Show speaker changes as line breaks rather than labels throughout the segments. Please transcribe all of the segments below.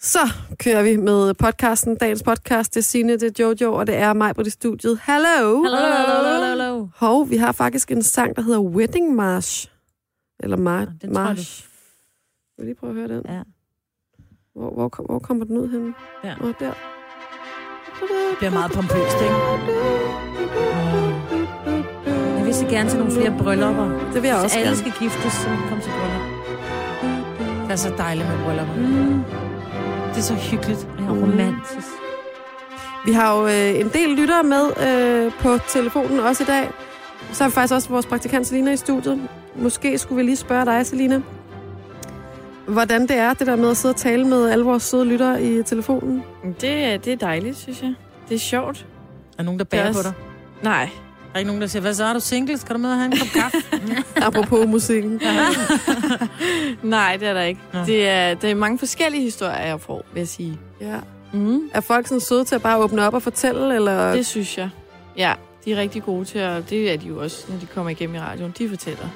Så kører vi med podcasten, dagens podcast. Det er Signe, det er Jojo, og det er mig på det studiet. Hello!
Hallo, hallo, hallo, hallo.
Hov, vi har faktisk en sang, der hedder Wedding March. Eller Mar-
Den tror jeg, du
March. Vil du lige prøve at høre den?
Ja.
Hvor, hvor, kom- hvor kommer den ud henne?
Ja.
Nå, der.
Det bliver meget pompøst, ikke? Jeg vil så gerne til nogle flere bryllupper.
Det vil jeg
Så
også
alle
gerne.
skal giftes, så vi kommer til bryllup.
Det er så dejligt med Mm. bryllupper.
Mm.
Det er så hyggeligt.
Ja, romantisk.
Vi har jo øh, en del lyttere med øh, på telefonen også i dag. Så har vi faktisk også vores praktikant Selina i studiet. Måske skulle vi lige spørge dig, Selina, hvordan det er, det der med at sidde og tale med alle vores søde lyttere i telefonen.
Det, det er dejligt, synes jeg. Det er sjovt.
Er der nogen, der bærer
Det er
på
også-
dig?
Nej.
Er der ikke nogen, der siger, hvad så, er du single? Skal du med og have en kop kaffe?
Apropos musikken.
Nej, det er der ikke.
Nå.
Det er, det er mange forskellige historier, jeg får, vil jeg sige.
Ja.
Mm.
Er folk sådan søde til at bare åbne op og fortælle, eller
Det synes jeg. Ja, de er rigtig gode til, og det er de jo også, når de kommer igennem i radioen. De fortæller.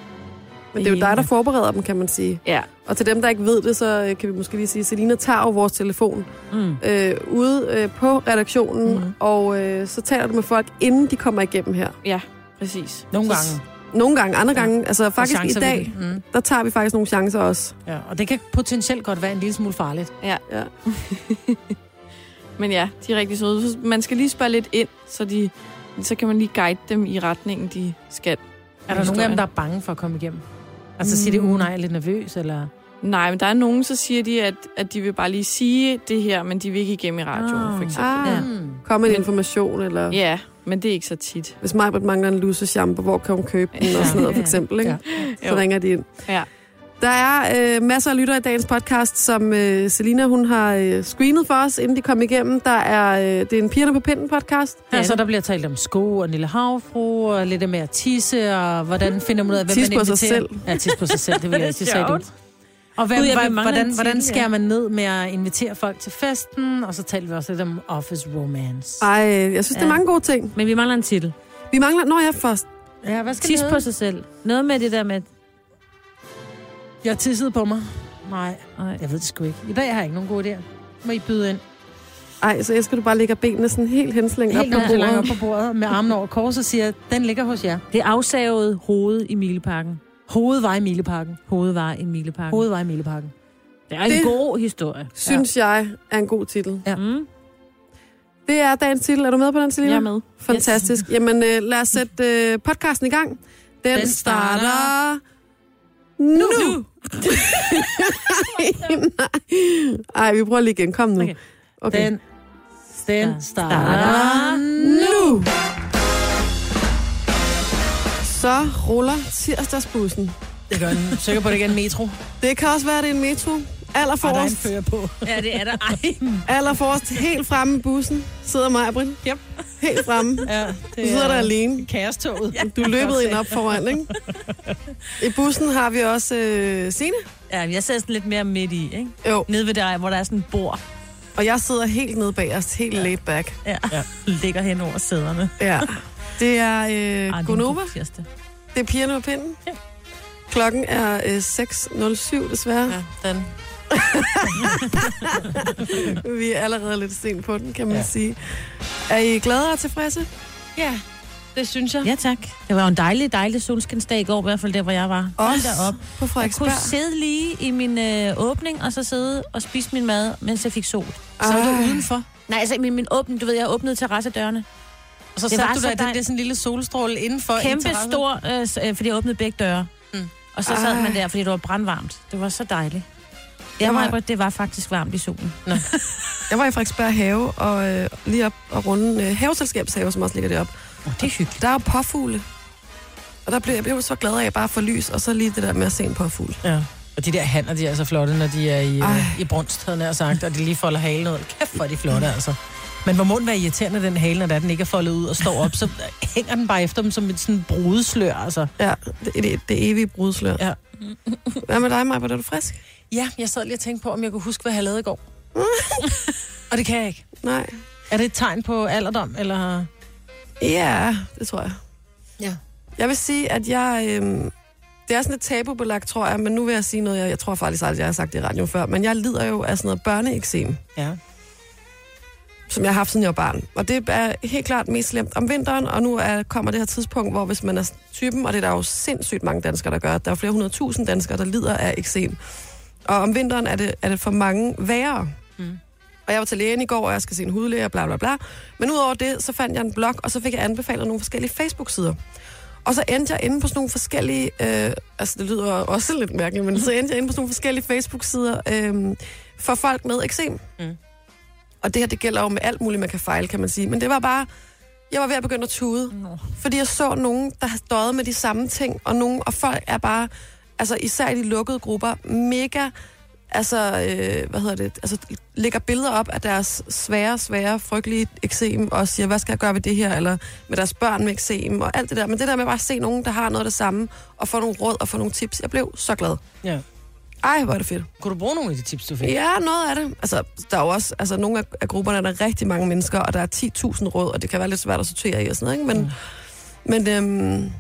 Men det er jo dig, der forbereder dem, kan man sige.
Ja.
Og til dem, der ikke ved det, så øh, kan vi måske lige sige, at Selina tager jo vores telefon
Mm.
øh, ude øh, på redaktionen, mm.
Mhm.
og øh, så taler du med folk, inden de kommer igennem her.
Præcis.
Nogle
Så-
gange.
Nogle gange, andre
Ja.
gange. Altså
Og
faktisk i
chancer ved
dag,
det.
Mhm.
Mm.
der tager vi faktisk nogle chancer også.
Ja, og det kan potentielt godt være en lille smule farligt.
Men ja, de er rigtig søde. Så Man skal lige spørge lidt ind, så, de, så kan man lige guide dem i retningen, de skal.
Er der nogen af dem, der er bange for at komme igennem? Altså mm. siger det,
Mm.
uh, nej, jeg er lidt nervøs, eller...
Nej, men der er nogen, så siger de, at, at de vil bare lige sige det her, men de vil ikke igennem i radioen,
Ah.
for eksempel.
Ah, ja.
Mm.
Kom med en
Men-
information, eller ja.
Ja, men det er ikke så tit.
hvis Majbert mangler en lusse shampoo, hvor kan hun købe den,
Ja.
og sådan noget, for
Ja.
eksempel. Ikke?
Ja.
Så
Jo.
ringer de ind.
Ja.
Der er øh, masser af lytter i dagens podcast, som øh, Selina hun har øh, screenet for os, inden de kom igennem. Der er, øh, det er en Pigerne på Pinden podcast.
Ja, så Altså, der bliver talt om sko og en lille havfru og lidt med at tisse, og hvordan finder man ud af, hvem
Tis
man
på sig
inviterer.
selv.
Ja, tisse på sig selv, det vil jeg ikke sige du. Og hvem,
Gud, jeg vil
Gud,
mangle en
hvordan,
titel,
hvordan
ja.
skærer man ned med at invitere folk til festen? Og så talte vi også lidt om office romance.
Ej, jeg synes, ja. det er
Ja.
mange gode ting.
Men vi mangler en titel.
Vi mangler... Nå, jeg først.
Ja, hvad skal
Tis
det
på
hedde?
sig selv. Noget med det der med...
Jeg tissede på mig. Nej,
Ej.
jeg ved det sgu ikke. I dag har jeg ikke nogen gode idéer. Må I byde ind?
Ej, så jeg skal du bare lægge benene sådan helt henslængt op
Helt
på
op,
bordet.
op på bordet med armen over kors og siger, den ligger hos jer.
Det afsavede hoved i Mileparken.
Hovedvej i Mileparken.
Hovedvej i Mileparken. Hoved.
Hovedvej i Mileparken.
Det er en
Det-
det... god historie.
Synes jeg er en god titel.
Ja.
Mm.
Det er dagens titel. Er du med på den, Selina?
Jeg er med.
Fantastisk. Yes. Jamen, øh, lad os sætte øh, podcasten i gang. Den, den
Den starter
starter... Nu! nu.
nu.
Nej. Ej, vi prøver lige igen. Kom nu.
Okay.
Okay.
Den, den starter
starter
nu! Så ruller tirsdagsbussen.
Det gør den. Sikker på, det ikke er en metro. Ej,
Det kan også være, det er en metro. Aller
der er en
forrest,
fører på.
Ja, det er der. Ej.
aller forrest, helt fremme i bussen, sidder mig, Britt.
Yep.
Helt fremme. Du
Ja, det
sidder der alene.
Kaostoget. Ja.
Du løbede ind op foran, ikke? I bussen har vi også øh, Signe,
Ja, jeg sidder sådan lidt mere midt i, ikke?
Jo.
Nede ved dig, hvor der er sådan et bord,
og jeg sidder helt nede bag os, helt ja. laid back.
ja. ja. ligger hen over sæderne.
Ja. Det er
Ej,
øh,
det er en
Gonova,
god tirsdag.
det er pigerne på pinden.
Ja.
Klokken er øh, 6.07 desværre.
Ja, den.
Ja. Vi er allerede lidt sent på den, kan man ja.
Ja.
sige. Er I glade og tilfredse?
Ja, det synes jeg.
Ja, tak. Det var jo en dejlig, dejlig solskinsdag i går, i hvert fald der, hvor jeg var. Hold da op.
på
Jeg kunne
Frederiksberg.
sidde lige i min øh, åbning, og så sidde og spise min mad, mens jeg fik sol.
Så er du
Ej.
udenfor.
Nej, altså min, min åbning, du ved, jeg åbnede terrassedørene.
Og så
Det var
satte du
så
dig i den
dejligt.
der sådan lille solstråle indenfor. i
Kæmpe
terrassen.
stor, øh, s- øh, fordi jeg åbnede begge døre.
Mm.
Mm. Og så sad
Ej.
man der, fordi det var brandvarmt. Det var så dejligt.
Jeg
Jeg
var-
var... Maja, det var faktisk varmt i solen.
Jeg var i Frederiksberg Have, og øh, lige op og runde øh, haveselskabshave, som også ligger deroppe.
Oh, det er hyggeligt.
Der er jo påfugle. Og der blev, jeg blev så glad af bare at få lys, og så lige det der med at se en påfugl.
Ja. Og de der hanner, de er så flotte, når de er i,
Ej.
øh, i brunst, havde jeg nær sagt, og de lige folder halen ud. Kæft, hvor er de flotte, altså. Men hvor må den være irriterende, den hale, når det er, den ikke er foldet ud og står op, så hænger den bare efter dem som et sådan brudeslør, altså.
Ja, det, det, det evige brudslør.
Ja.
Hvad med dig, Maja? Er du frisk?
Ja, jeg sad lige og tænkte på, om jeg kunne huske, hvad jeg lavede i går. og det kan jeg ikke.
Nej.
Er det et tegn på alderdom, eller...
Ja, det tror jeg.
Ja.
Jeg vil sige, at jeg, øh, det er sådan lidt tabubelagt, tror jeg, men nu vil jeg sige noget, jeg, jeg tror faktisk aldrig, jeg har sagt det i radioen før, men jeg lider jo af sådan noget børneeksem,
Ja.
som jeg har haft, siden jeg var barn. Og det er helt klart mest slemt om vinteren, og nu er, kommer det her tidspunkt, hvor hvis man er typen, og det er der jo sindssygt mange danskere, der gør, der er jo flere hundredtusind danskere, der lider af eksem. Og om vinteren er det, er det for mange værre.
Mm.
Og jeg var til lægen i går, og jeg skal se en hudlæge, og bla bla bla. Men udover det, så fandt jeg en blog, og så fik jeg anbefalet nogle forskellige Facebook-sider. Og så endte jeg inde på sådan nogle forskellige, øh, altså det lyder også lidt mærkeligt, men så endte jeg inde på sådan nogle forskellige Facebook-sider øh, for folk med eksem.
Mm.
Mm. Og det her, det gælder jo med alt muligt, man kan fejle, kan man sige. Men det var bare, jeg var ved at begynde at tude,
Nå.
fordi jeg så nogen, der har døjet med de samme ting, og, nogen, og folk er bare, altså især i de lukkede grupper, mega, altså, øh, hvad hedder det, altså lægger billeder op af deres svære, svære, frygtelige eksem, og siger, hvad skal jeg gøre ved det her, eller med deres børn med eksem, og alt det der. Men det der med bare at se nogen, der har noget af det samme, og få nogle råd og få nogle tips, jeg blev så glad.
ja.
Ej, hvor er det fedt.
Kunne du bruge nogle af de tips, du fik?
Ja, noget af det. Altså, der er jo også, altså, nogle af, af grupperne er der rigtig mange mennesker, og der er 10.000 råd, og det kan være lidt svært at sortere i og sådan noget, ikke? Men,
Mm.
men øhm,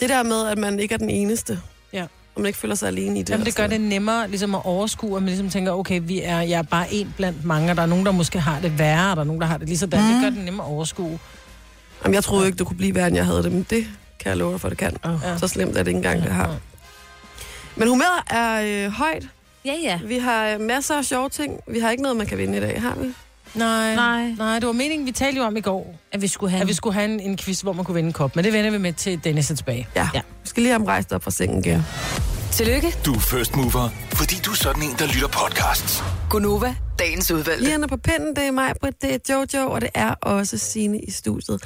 det der med, at man ikke er den eneste,
Ja.
og man ikke føler sig alene i det. altså.
Jamen,
og
det gør
sådan
det nemmere ligesom at overskue, og man ligesom tænker, okay, vi er, jeg er bare en blandt mange, og der er nogen, der måske har det værre, og der er nogen, der har det lige sådan. Mm. Det gør det nemmere at overskue.
noget. Jamen, jeg troede jo ikke, det kunne blive værre, end jeg havde det, men
Mm.
det kan jeg love dig for, det kan.
Oh.
Så slemt er det ikke engang, det
Ja.
har. Men humøret er øh, højt.
Ja, ja.
Vi har øh, masser af sjove ting. Vi har ikke noget, man kan vinde i dag, har vi?
Nej. Nej.
Nej,
Nej, det var meningen, vi talte jo om i går,
at vi skulle have
at vi skulle have en, en quiz, hvor man kunne vinde en kop. Men det vender vi med til Dennis er tilbage.
Ja.
Ja.
ja. Vi skal lige have ham rejst op fra sengen igen.
Tillykke,
Du er first mover, fordi du er sådan en, der lytter podcasts.
Gunova, dagens udvalgte.
Lige på pinden, det er mig, Britt, det er Jojo, og det er også Sine i studiet.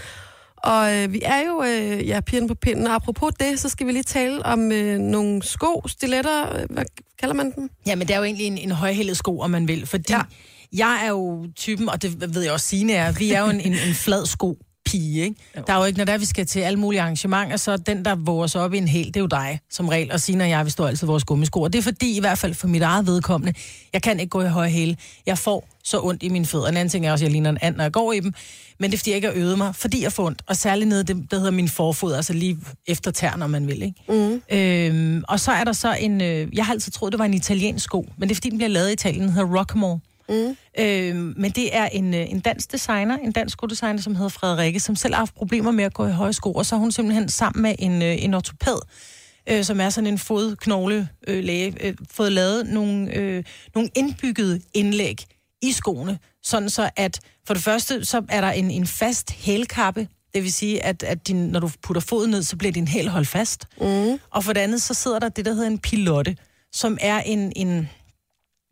Og øh, vi er jo, øh, ja, pigerne på pinden, og apropos det, så skal vi lige tale om øh, nogle sko, stiletter, øh, hvad kalder man dem?
Ja, men det er jo egentlig en, en højhældet sko, om man vil, fordi ja.
Ja.
jeg er jo typen, og det ved jeg også, Signe er, vi er jo en, en, en flad sko pige, ikke? Der er jo ikke, når der vi skal til alle mulige arrangementer, så er den, der våger sig op i en hel, det er jo dig, som regel. Og Signe og jeg, vi står altid i vores gummisko. Og det er fordi, i hvert fald for mit eget vedkommende, jeg kan ikke gå i høje hæle. Jeg får så ondt i mine fødder. En anden ting er også, at jeg ligner en and, når jeg går i dem. Men det er, fordi jeg ikke har øvet mig, fordi jeg får ondt. Og særligt nede, i det, der hedder min forfod, altså lige efter tær, når man vil, ikke? Øhm, og så er der så en, øh, jeg har altid troet, det var en italiensk sko, men det er fordi, den bliver lavet i Italien, den hedder Rockmore. Mm. Øhm, men det er en, øh, en dansk designer, en dansk skodesigner, som hedder Frederikke, som selv har haft problemer med at gå i høje sko, og så er hun simpelthen sammen med en, øh, en ortopæd, øh, som er sådan en fodknogle øh, læge, øh, fået lavet nogle, øh, nogle indbyggede indlæg i skoene, sådan så at for det første, så er der en, en fast hælkappe, det vil sige, at, at din, når du putter foden ned, så bliver din hæl holdt fast. Mm. Og for det andet, så sidder der det, der hedder en pilotte, som er en, en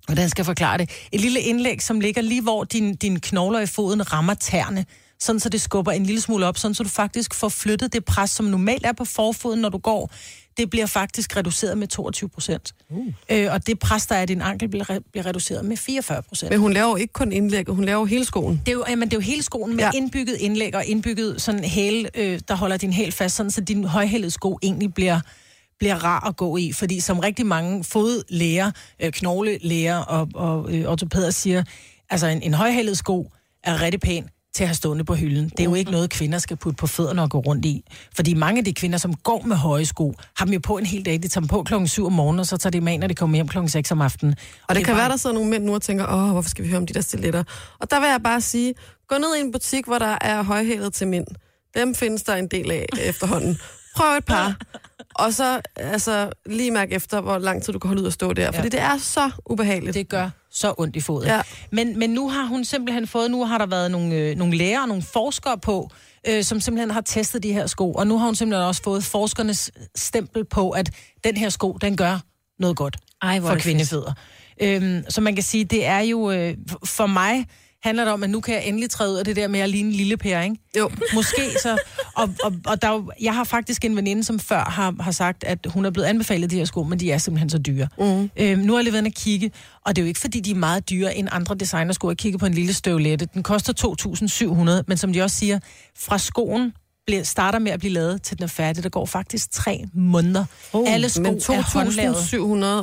hvordan skal jeg forklare det, et lille indlæg, som ligger lige hvor din, din knogler i foden rammer tærne, sådan så det skubber en lille smule op, sådan så du faktisk får flyttet det pres, som normalt er på forfoden, når du går, det bliver faktisk reduceret med 22 procent. Uh. Øh, og det pres, der er i din ankel, bliver, re- bliver reduceret med 44 procent.
Men hun laver jo ikke kun indlægget, hun laver jo hele skoen.
Det er jo, jamen, det er jo hele skoen med ja.
Mm. Ja.
indbygget indlæg og indbygget sådan hæl, øh, der holder din hæl fast, sådan så din højhældede sko egentlig bliver, bliver rar at gå i. Fordi som rigtig mange fodlæger, øh, knoglelæger og, og øh, ortopæder siger, altså en, en højhældet sko er rigtig pæn til at have stående på hylden. Det er jo
Mm.
ikke noget, kvinder skal putte på fødderne og gå rundt i. Fordi mange af de kvinder, som går med høje sko, har dem jo på en hel dag. De tager dem på klokken 7 om morgenen, og så tager de dem af, når de kommer hjem klokken 6 om aftenen.
Og det,
er
kan
bare-
være, der sidder nogle mænd nu og tænker, åh, hvorfor skal vi høre om de der stiletter? Og der vil jeg bare sige, gå ned i en butik, hvor der er højhælet til mænd. Dem findes der en del af efterhånden. Prøv et par, og så altså, lige mærke efter, hvor lang tid du kan holde ud og stå der. Ja. Fordi det er så ubehageligt.
Det gør så ondt i foden. Ja.
Ja.
Men, men nu har hun simpelthen fået, nu har der været nogle, øh, nogle læger og nogle forskere på, øh, som simpelthen har testet de her sko, og nu har hun simpelthen også fået forskernes stempel på, at den her sko, den gør noget godt
Ej, hvor er
for
det
kvindefødder. Øhm, så man kan sige, det er jo, øh, f- for mig handler det om, at nu kan jeg endelig træde ud af det der med at ligne en lille pære, ikke?
Jo.
Måske så. Og, og, og der, er jo- jeg har faktisk en veninde, som før har, har sagt, at hun er blevet anbefalet de her sko, men de er simpelthen så dyre. Mm. Øhm, nu har jeg lige været inde at kigge, og det er jo ikke, fordi de er meget dyre end andre designersko. Jeg kigger på en lille støvlette. Den koster 2.700, men som de også siger, fra skoen bliver, starter med at blive lavet, til den er færdig. Der går faktisk tre måneder. Oh, Alle sko
Men
er håndlavet.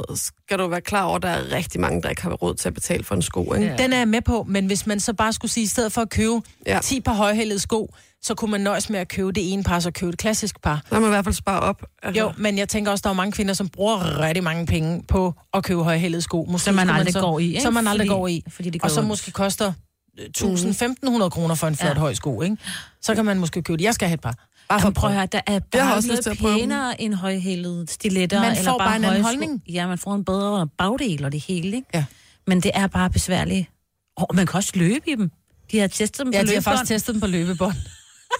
2.700 skal du være klar over, der er rigtig mange, der ikke har råd til at betale for en sko. Ikke?
Den er jeg med på, men hvis man så bare skulle sige, i stedet for at købe ja.
Ja.
10 par højhældede sko, så kunne man nøjes med at købe det ene par, så købe et klassisk par.
Der må man i hvert fald spare op. Altså.
Jo, men jeg tænker også, der er jo mange kvinder, som bruger rigtig mange penge på at købe højhældede sko. Måske
Som man
skulle
aldrig
så,
går i, ikke?
Som man aldrig
Fordi-
går i.
fordi det gør
og som
ondt. Mm.
måske koster øh, 1.000-1.500 kroner for en flot
Ja.
ja. høj sko, ikke? Så kan man måske købe det. Jeg skal have et par. Bare for
Jamen,
at
prøv at
prøve.
høre, der er bare
Jeg har
jeg
også
også
lyst til
noget
at prøve dem.
pænere end højhælede stiletter.
Man
eller
får bare en anden
høje sko.
holdning.
Ja, man får en bedre bagdel og det hele, ikke?
Ja.
Men det er bare besværligt. Og man kan også løbe i dem. De har testet dem på
Ja, de har
løbebånd.
faktisk testet dem på løbebånd.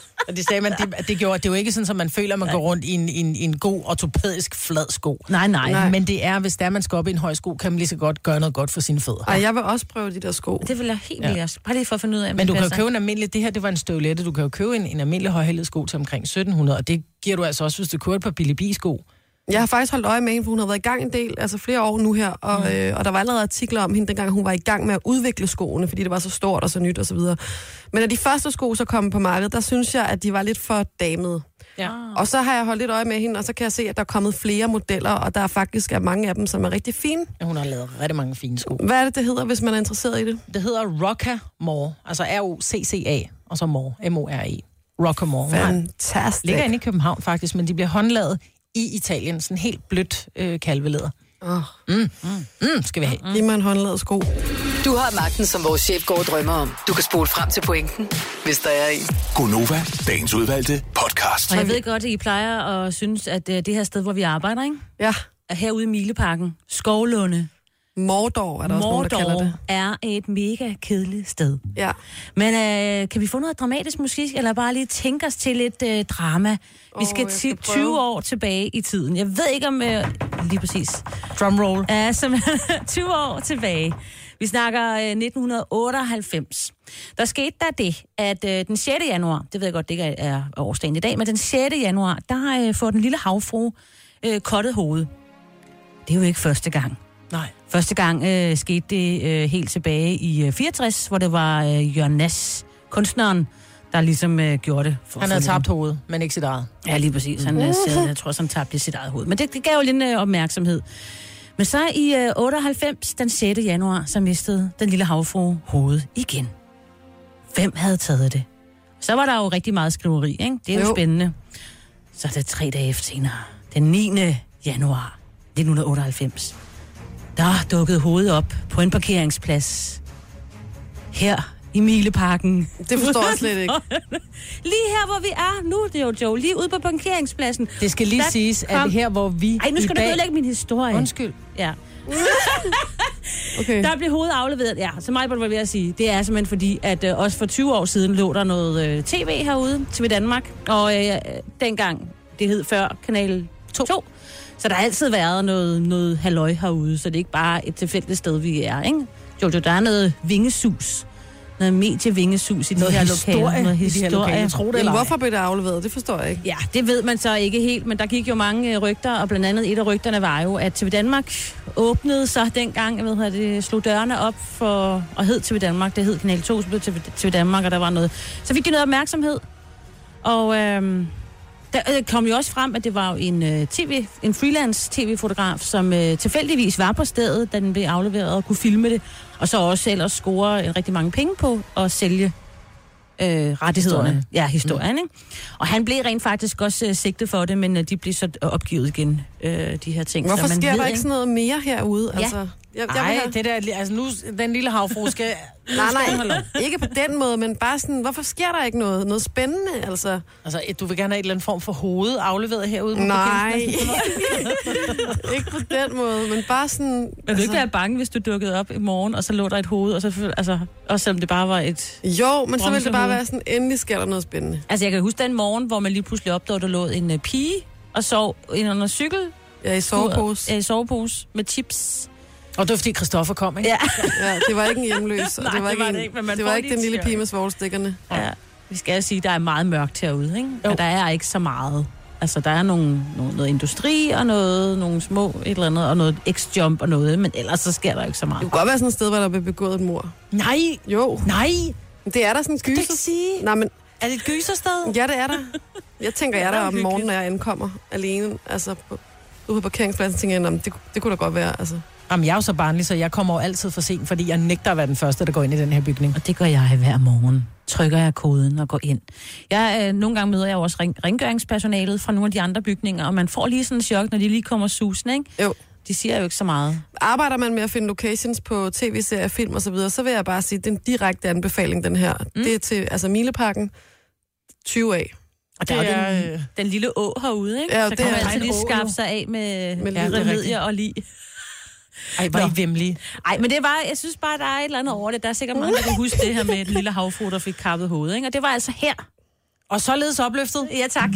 Og det sagde man, det, at det, gjorde, det er jo ikke sådan, at man føler, at man går rundt i en, en, en god ortopædisk flad sko.
Nej, nej.
Nej.
nej.
Men det er, hvis der man skal op i en høj sko, kan man lige så godt gøre noget godt for sine fødder.
Ej, jeg vil også prøve de der sko.
Det vil jeg helt vildt også. Bare lige for at finde ud af, om
Men
det
du kan jo
passer.
købe en almindelig, det her det var en støvlette, du kan jo købe en, en almindelig højhældet sko til omkring 1700, og det giver du altså også, hvis du køber et par Billy B-sko.
Jeg har faktisk holdt øje med hende, for hun har været i gang en del, altså flere år nu her, og, mm. øh, og der var allerede artikler om hende, dengang hun var i gang med at udvikle skoene, fordi det var så stort og så nyt og så videre. Men af de første sko, så kom på markedet, der synes jeg, at de var lidt for damede.
Ja.
Og så har jeg holdt lidt øje med hende, og så kan jeg se, at der er kommet flere modeller, og der er faktisk er mange af dem, som er rigtig fine.
Hun har lavet rigtig mange fine sko.
Hvad er det, det hedder, hvis man er interesseret i det?
Det hedder Rocca More, altså R-O-C-C-A, og så More, M-O-R-E. Rocca E. More. Hun har-
Fantastisk.
ligger inde i København faktisk, men de bliver håndlavet i Italien, sådan helt blødt øh, kalveleder.
Åh.
Mm, mm, skal vi have.
Giv mig en håndlavet sko.
Du har magten, som vores chef går og drømmer om. Du kan spole frem til pointen, hvis der er en.
Gonova, dagens udvalgte podcast.
Og jeg ved godt, at I plejer at synes, at øh, det her sted, hvor vi arbejder, ikke?
Ja.
Er herude i Mileparken, Skovlunde,
Mordor er der også nogen, der kalder
Mordor,
det.
er et mega kedeligt sted.
Ja.
Men øh, kan vi få noget dramatisk musik, eller bare lige tænke os til lidt øh, drama? Vi
Åh,
skal,
jeg
ti-
skal prøve.
20 år tilbage i tiden. Jeg ved ikke om... Øh, lige præcis.
Drumroll.
Ja, som 20 år tilbage. Vi snakker øh, 1998. Der skete der det, at øh, den 6. januar, det ved jeg godt, det ikke er, er årsdagen i dag, men den 6. januar, der øh, får den lille havfru øh, kottet hoved. Det er jo ikke første gang.
Nej.
Første gang øh, skete det øh, helt tilbage i øh, 64, hvor det var øh, Jørgen Nass, kunstneren, der ligesom øh, gjorde det. For,
Han
for
havde
den.
tabt hovedet, men ikke sit eget.
Ja, lige præcis. Han, øh, sad, jeg tror, som tabte lidt sit eget hoved. Men det, det gav jo lidt øh, opmærksomhed. Men så i øh, 98, den 6. januar, så mistede den lille havfru hovedet igen. Hvem havde taget det? Så var der jo rigtig meget skriveri, ikke? Det er jo,
Jo.
jo. spændende. Så er det tre dage efter senere, den 9. januar 1998, der dukkede hovedet op på en parkeringsplads. Her i Mileparken.
Det forstår jeg slet ikke.
Lige her, hvor vi er nu, det er jo Joe, lige ude på parkeringspladsen.
Det skal lige
Der
siges,
kom-
at her hvor vi
Ej, nu skal
i
du
dag...
ødelægge min historie.
Undskyld.
Ja.
Okay.
Der blev hovedet afleveret. Ja, så mig var ved at sige. Det er simpelthen fordi, at øh, også for 20 år siden lå der noget øh, tv herude, TV Danmark. Og øh, øh, dengang, det hed før Kanal 2. 2. Så der har altid været noget, noget halløj herude, så det er ikke bare et tilfældigt sted, vi er, ikke? Jo, jo, der er noget vingesus. Noget medievingesus i de
Noget
her
historie
lokaler. Noget
i de her
historie.
lokaler. Tro det eller
Jamen,
ej.
hvorfor blev det afleveret? Det forstår jeg ikke.
Ja, det ved man så ikke helt, men der gik jo mange øh, rygter, og blandt andet et af rygterne var jo, at TV Danmark åbnede sig dengang, jeg ved hvad det, slog dørene op for, og hed TV Danmark, det hed Kanal 2, så blev TV, TV Danmark, og der var noget. Så fik de noget opmærksomhed, og øhm, der øh, kom jo også frem, at det var jo en, øh, TV, en freelance tv-fotograf, som øh, tilfældigvis var på stedet, da den blev afleveret og kunne filme det, og så også ellers score øh, rigtig mange penge på at sælge øh, rettighederne.
Historien.
Ja, historien, mm. ikke? Og han blev rent faktisk også øh, sigtet for det, men øh, de blev så opgivet igen, øh, de her ting.
Hvorfor
så man
sker
ved,
der ikke sådan noget mere herude? Ja. Altså, jeg, jeg vil
Nej,
have-
det der... Altså nu, den lille havfru skal...
nej, nej, ikke på den måde, men bare sådan, hvorfor sker der ikke noget, noget spændende? Altså,
Altså, et- du vil gerne have et eller andet form for hoved afleveret herude? på
nej,
parkeringspladsen.
ikke på den måde, men bare sådan...
Men vil du ikke være bange, hvis du dukkede op i morgen, og så lå der et hoved, og så, altså, også selvom det bare var et...
Jo, men så vil det bare
Bronzehoved.
være sådan, endelig sker der noget spændende.
Altså, jeg kan huske den morgen, hvor man lige pludselig opdagede, at der lå en øh, pige og sov ind under cykel.
Ja, i sovepose.
Ja, i sovepose med chips.
Og det var, fordi Christoffer kom, ikke?
Ja.
Ja, det var ikke en hjemløs, og
Nej,
det var
det
ikke,
var
en,
det ikke, men man
det var
får
ikke
lige
den lille
et
pige med svovlstikkerne.
ja. Vi skal jo sige, at der er meget mørkt herude, ikke? Og der er ikke så meget. Altså, der er nogle, nogle, noget industri og noget, nogle små et eller andet, og noget X-jump og noget, men ellers så sker der ikke så
Det
meget.
kunne godt være sådan et sted, hvor der blev begået et mor.
Nej,
Jo,
nej.
men det er der sådan en
Det kan
gyser.
sige.
Nej, men
Er det et gysersted?
ja, det er der. Jeg tænker, jeg er der om morgenen, når jeg ankommer alene. Altså, på, ude på parkeringspladsen tænker jeg, "Nå, men det, det kunne da godt være. Altså.
Jamen, jeg er jo så barnlig, så jeg kommer jo altid for sent, fordi jeg nægter at være den første, der går ind i den her bygning.
Og det gør jeg hver morgen. trykker jeg koden og går ind. Jeg, øh, nogle gange møder jeg jo også ring, rengøringspersonalet fra nogle af de andre bygninger, og man får lige sådan en chok, når de lige kommer susende, ikke?
Jo.
De siger jo ikke så meget.
Arbejder man med at finde locations på tv-serier, film osv., så, videre, så vil jeg bare sige, at den direkte anbefaling, den her, mm. det er til altså Mileparken 20 af.
Og der det er, jo den,
øh,
den lille å herude, ikke?
Ja,
så
det
kan
er-
man
der er
altid
en
lige
å, jo.
skaffe sig af med,
Med
med
lige, det er
remedier
rigtigt.
og lige.
Ej, hvor er I
Nå.
vemmelige.
Nej, men det var, jeg synes bare, der er et eller andet over det. Der er sikkert mange, der kan huske det her med den lille havfru, der fik kappet hovedet. Ikke? Og det var altså her.
Og således opløftet.
Ja, tak.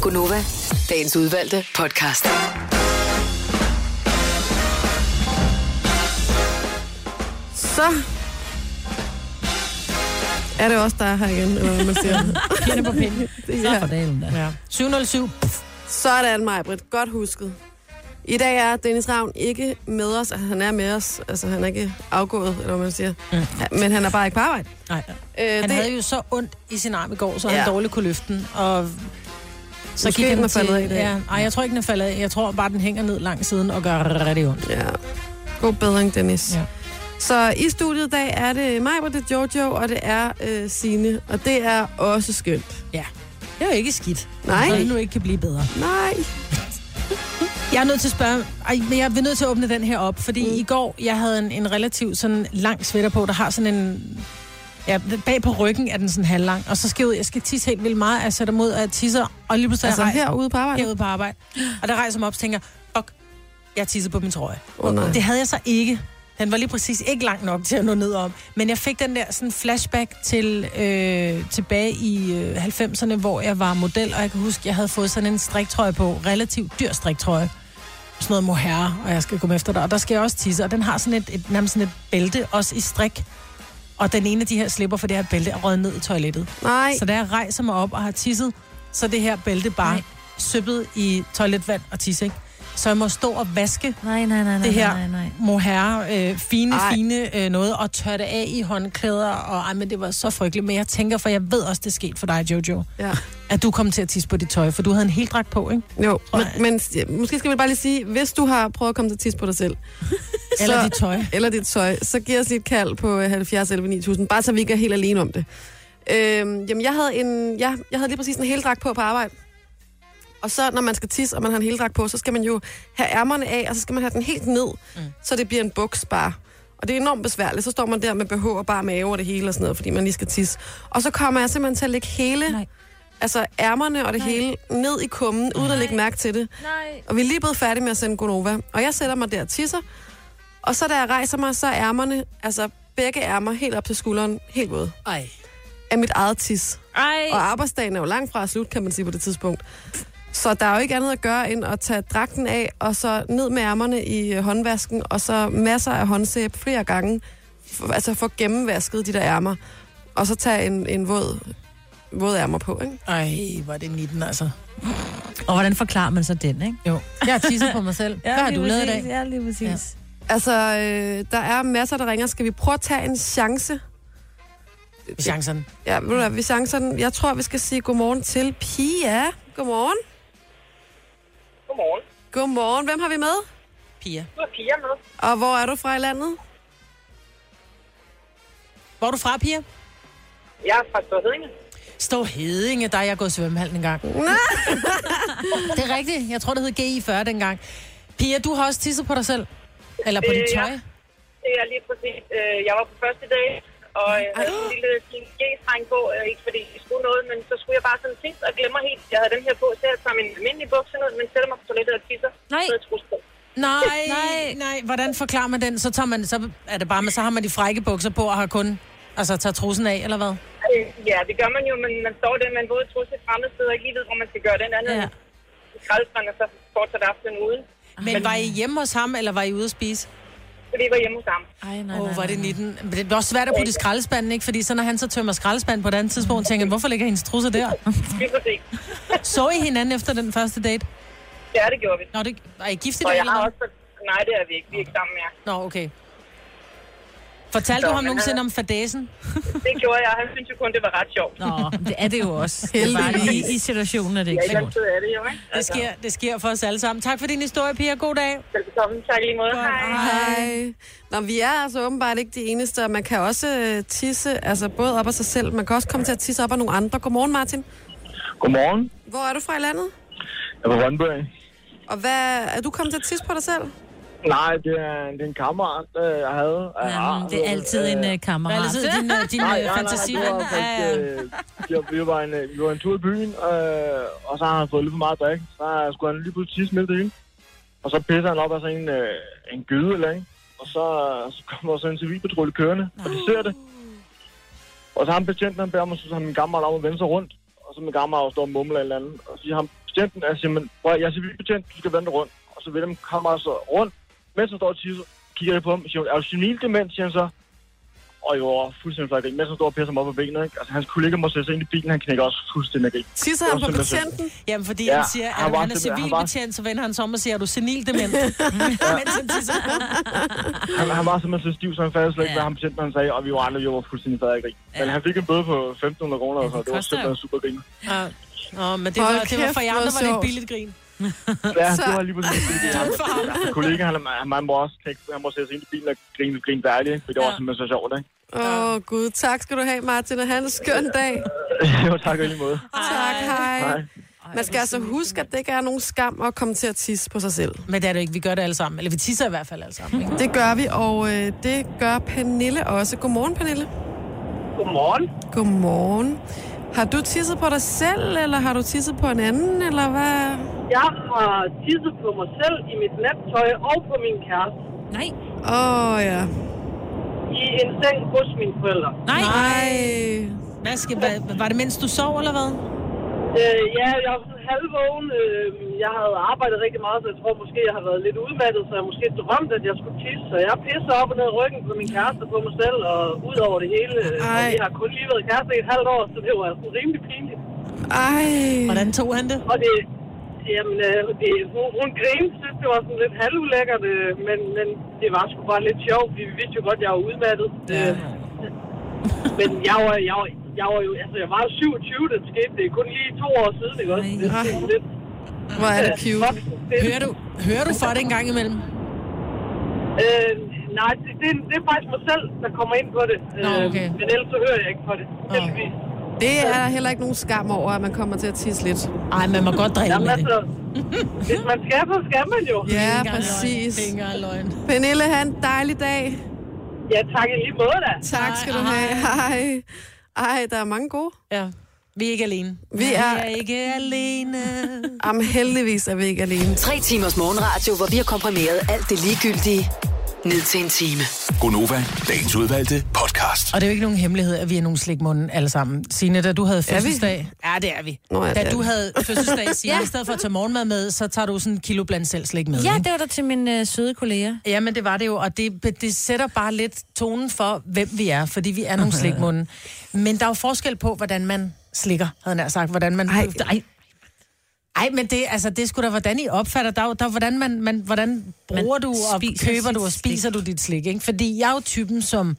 Gunova, dagens udvalgte podcast.
Så er det også der er her igen, eller hvad man siger.
Pinde på pinde.
ja.
dalen da.
Ja. 707.
Sådan, Majbrit. Godt husket. I dag er Dennis Ravn ikke med os. Han er med os. Altså, han er ikke afgået, eller hvad man siger.
Mm.
Mm. Men han er bare ikke på arbejde.
Nej.
Øh,
Han
det,
havde jo så ondt i sin arm i går, så ja.
Ja.
han dårligt kunne løfte den. Og så
Måske den er faldet af i dag.
Ja, ej, jeg tror ikke, den er faldet af. Jeg tror bare, den hænger ned langs siden og gør rigtig ondt.
Ja. God bedring, Dennis. Ja.
Ja.
Så i studiet i dag er det mig, hvor det er Jojo, og det er øh, Sine. Og det er også skønt.
Det er jo ikke skidt.
Nej.
Når det nu ikke kan blive bedre.
Nej.
Jeg er nødt til at spørge, ej, men jeg er nødt til at åbne den her op, fordi mm. i går, jeg havde en, en relativt sådan lang sweater på, der har sådan en... Ja, bag på ryggen er den sådan halvlang, og så skal jeg ud, jeg skal tisse helt vildt meget, jeg sætter mod, at jeg tisser, og lige pludselig
Altså
jeg rejser-
herude på arbejde?
herude på arbejde. Og der rejser jeg mig op og tænker, fuck, jeg tissede på min trøje.
Åh, nej.
Det havde jeg så ikke. Den var lige præcis ikke langt nok til at nå ned om. Men jeg fik den der sådan flashback til øh, tilbage i øh, 90'erne, hvor jeg var model, og jeg kan huske, jeg havde fået sådan en striktrøje på. Relativt dyr striktrøje. Sådan noget mohair, og jeg skal komme efter dig. Og der skal jeg også tisse, og den har sådan et, et, nærmest sådan et bælte, også i strik. Og den ene af de her slipper for det her bælte er røget ned i toilettet.
Nej.
Så da jeg rejser mig op og har tisset, så er det her bælte bare
Nej.
Nej. søppet i toiletvand og tisse, ikke? Så jeg må stå og vaske
Nej, nej, nej, nej,
Det her.
nej, nej.
mohair, øh, fine,
Ej.
Ej. fine øh, noget, og tørre det af i håndklæder, og ej, men det var så frygteligt. Men jeg tænker, for jeg ved også, det skete for dig, Jojo,
Ja.
at du kom til at tisse på dit tøj, for du havde en helt dragt på, ikke?
Jo, men,
Ej.
men ja, måske skal vi bare lige sige, hvis du har prøvet at komme til tis på dig selv,
Eller
så,
dit tøj.
eller dit tøj, så giv os lige et kald på øh, 70 11 9000, bare så vi ikke er helt alene om det. Øhm, jamen, jeg havde, en, ja, jeg havde lige præcis en heldragt på på arbejde. Og så, når man skal tisse, og man har en heldragt på, så skal man jo have ærmerne af, og så skal man have den helt ned, mm. så det bliver en buks bare. Og det er enormt besværligt. Så står man der med behov og bare mave og det hele og sådan noget, fordi man lige skal tisse. Og så kommer jeg simpelthen til at lægge hele, Nej.
Nej.
altså ærmerne og det Nej. hele, ned i kummen, uden at lægge mærke til det.
Nej.
Og vi er lige blevet færdige med at sende Gonova. Og jeg sætter mig der og tisser. Og så da jeg rejser mig, så er ærmerne, altså begge ærmer helt op til skulderen, helt våde.
Ej.
Af mit eget tis. Og
Ej.
arbejdsdagen er jo langt fra slut, kan man sige på det tidspunkt. Så der er jo ikke andet at gøre, end at tage dragten af, og så ned med ærmerne i øh, håndvasken, og så masser af håndsæb flere gange. F- altså få gennemvasket de der ærmer. Og så tage en, en våd, våd ærmer på, ikke?
Ej, hvor er det 19, altså.
Og hvordan forklarer man så den, ikke?
Jo. Jeg har tisset på mig selv. Hvad har du lavet i dag?
Ja, lige præcis.
Altså, øh, der er masser, der ringer. Skal vi prøve at tage en chance?
Chancen.
Ja, ved du hvad, vi sang sådan, jeg tror, vi skal sige godmorgen til Pia. Godmorgen.
Godmorgen.
Godmorgen. Hvem har vi med?
Pia.
Du er piger med.
Og hvor er du fra i landet?
Hvor er du fra, Pia?
Jeg er fra Storhedinge.
Står Hedinge, der er jeg gået i svømmehallen en gang. det er rigtigt. Jeg tror, det hed GI40 dengang. Pia, du har også tisset på dig selv. Eller på
Øh,
dit
ja.
tøj.
Det er lige præcis. Øh, jeg var på første dag, og øh, jeg havde en lille fin G-streng på. Øh, ikke fordi jeg skulle noget, men så skulle jeg bare sådan tisse og glemmer helt. Jeg havde den her på til at tage min almindelige bukser ned, men sætter mig på toilettet og tisser.
Nej.
Så jeg trus på.
Nej,
Nej.
nej, nej. Hvordan forklarer man den? Så, tager man, så er det bare, men så har man de frække bukser på og har kun... Altså, tager trussen af, eller hvad?
Øh, ja, det gør man jo, men man står der med en våd trus et fremmed sted og ikke lige ved, hvor man skal gøre den anden.
Ja.
Ja. Skraldespand, og så fortsætter aftenen uden.
Men var I hjemme hos ham, eller var I ude at spise?
Så vi var hjemme hos ham.
Ej, nej,
Åh,
nej,
oh, var det
nej.
19? Men det er også svært at putte i skraldespanden, ikke? Fordi så når han så tømmer skraldespanden på et andet tidspunkt, tænker han, hvorfor ligger hendes trusser der?
Lige præcis.
Så I hinanden efter den første date?
Ja, det gjorde vi.
Nå, det, er I gift i
Og
dag?
jeg
eller
har
hvad?
også... Nej, det er vi ikke. Vi er ikke sammen mere.
Nå, okay. Fortalte
Så,
du ham
men
nogensinde
han-
om fadesen?
Det gjorde jeg. Han synes jo kun, det var ret sjovt.
Nå, det er det jo også. Det er bare lige i situationen, er
Jeg
det ikke
er
så
ikke
godt.
altid af det, jo, ikke? Altså.
Det sker, det sker for os alle sammen. Tak for din historie, Pia. God dag.
Velkommen. Tak i lige måde. Hej.
Hej. Nå, vi er altså åbenbart ikke de eneste, og man kan også øh, tisse, altså både op af sig selv, man kan også komme til at tisse op af nogle andre. Godmorgen, Martin.
Godmorgen.
Hvor er du fra i landet?
Jeg er på Rønbøg.
Og hvad, er du kommet til at tisse på dig selv?
Nej, det er, det er en kammerat, øh, jeg havde.
Jamen, det er altid en øh,
Hvad er
kammerat.
det, så din, øh, din
Nej,
øh,
nej,
fantasi?
nej, det var faktisk, øh, det var- vi, var en, øh, vi var en tur i byen, øh, og så har han fået lidt for meget drik. Så øh, skulle han lige pludselig tisse midt i det hele. Og så pisser han op af sådan en, øh, en gyde eller ikke? Og så, øh, så kommer sådan en civilpatrulje kørende, og de ser det. Og så ham betjenten, han beder mig, så han min gamle om at vende sig rundt. Og så min gamle og står og mumler et eller andet. Og så siger ham betjenten, jeg siger, men prøv, at- jeg er civilbetjent, du skal vende dig rundt. Og så vender min kammerat så rundt, mens han står og tisser, kigger jeg på ham, siger, er du senil dement, siger han så. Og jo, fuldstændig flot grin. Mens han står og pisser mig op på benene, ikke? Altså, hans kollega må sætte sig ind i bilen, han knækker også fuldstændig grin.
Tisser han på patienten?
Jamen, fordi
Ja,
han siger,
han
at
var
han er
simpelthen- han var-
civilbetjent, så vender han sig om og siger, er du senil dement? Mens han tisser på.
Han, han var simpelthen så stiv, så han fattede slet ikke, hvad han betjente, når han sagde, og vi var aldrig, vi var fuldstændig fadet grin. Men han fik en bøde på 1.500 kroner, og det var
koster jo.
simpelthen super grin.
Ja. Nå, men det var, det
Hold
var for
kæft,
jer andre,
hvor
var det et
sjovt.
billigt grin.
Ja,
Så-
det var lige præcis det. det er.
For ham.
Min kollega, han, han, han må også tænke, han må sætte sig ind i bilen og grine, grine dejligt, ikke? for det var
Ja.
simpelthen så sjovt, ikke?
Åh, oh, Gud. Tak skal du have, Martin, og have en skøn dag.
jo, tak og i lige måde.
Tak, hej.
Hej.
Man skal altså huske, at det ikke er nogen skam at komme til at tisse på sig selv.
Men det er det ikke. Vi gør det alle sammen. Eller vi tisser i hvert fald alle sammen. Ikke?
Mm-hmm. Det gør vi, og øh, det gør Pernille også. Godmorgen, Pernille.
Godmorgen.
Godmorgen. Har du tisset på dig selv, eller har du tisset på en anden, eller hvad?
Jeg har tisset på mig selv i mit nattøj og på min kæreste
Nej,
Åh, oh, ja.
i en seng hos mine forældre.
nej.
Ej.
Hvad skal, hvad, var det mens du sov, eller hvad?
Øh, ja, jeg var sådan halvvågen. Øh, jeg havde arbejdet rigtig meget, så jeg tror måske, jeg har været lidt udmattet, så jeg måske drømte, at jeg skulle tisse. Så jeg pisser op og ned i ryggen på min kæreste og på mig selv og ud over det hele. Øh, Og
Ej.
vi har kun lige været kæreste i et halvt år, så det var sådan rimelig pinligt.
Ej.
Hvordan tog han det?
Og det, jamen, øh, det, hun, hun grinede, synes det var sådan lidt halvulækkert, øh, men, men det var sgu bare lidt sjovt, fordi vi vidste jo godt, jeg var udmattet. Øh, men jeg var, jeg, var, jeg var jo, altså jeg var jo 27, da det skete, det er kun lige to år siden, ikke også? Det er sådan lidt,
Hvor er det
øh,
cute.
voksen stille.
Hører du, hører du for det en gang imellem?
Øh, nej, det, det, er- det er faktisk mig selv, der kommer ind på det.
Nå,
Øh,
okay.
Men ellers så hører jeg ikke på det, heldigvis.
Det er der heller ikke nogen skam over, at man kommer til at tisse lidt.
Nej, man må godt drille
Jamen
med det.
altså, hvis man skal, så skal man jo.
Ja,
Ikke engang
præcis.
løgn. Ikke engang løgn.
Pernille, have en dejlig dag.
Ja, tak i lige måde da.
Tak skal du have. Hej. Ej, der er mange gode.
Ja. Vi er ikke alene.
Vi er-
vi er ikke alene.
Jamen, heldigvis er vi ikke alene.
Tre timers morgenradio, hvor vi har komprimeret alt det ligegyldige ned til en time.
Gonova, dagens udvalgte podcast.
Og det er jo ikke nogen hemmelighed, at vi er nogle slikmunde alle sammen. Signe, da du havde fødselsdag... Ja, det er vi.
Nå, ja, det
da
er
du
vi.
havde fødselsdag, Signe, ja. i stedet for at tage morgenmad med, så tager du sådan en kilo blandt selv slik med.
Ja,
ikke?
det var der til mine øh, søde kolleger.
Ja, men det var det jo, og det, det sætter bare lidt tonen for, hvem vi er, fordi vi er nogle slikmunde. Men der er jo forskel på, hvordan man slikker, havde jeg nær sagt. Hvordan man...
Ej.
ej. Ej, men det, altså, det skulle da, hvordan I opfatter. Der, er jo- der, er jo, hvordan, man, man, hvordan bruger man du og
spiser
køber
sit
du og spiser du dit slik, ikke? Fordi jeg er jo typen, som...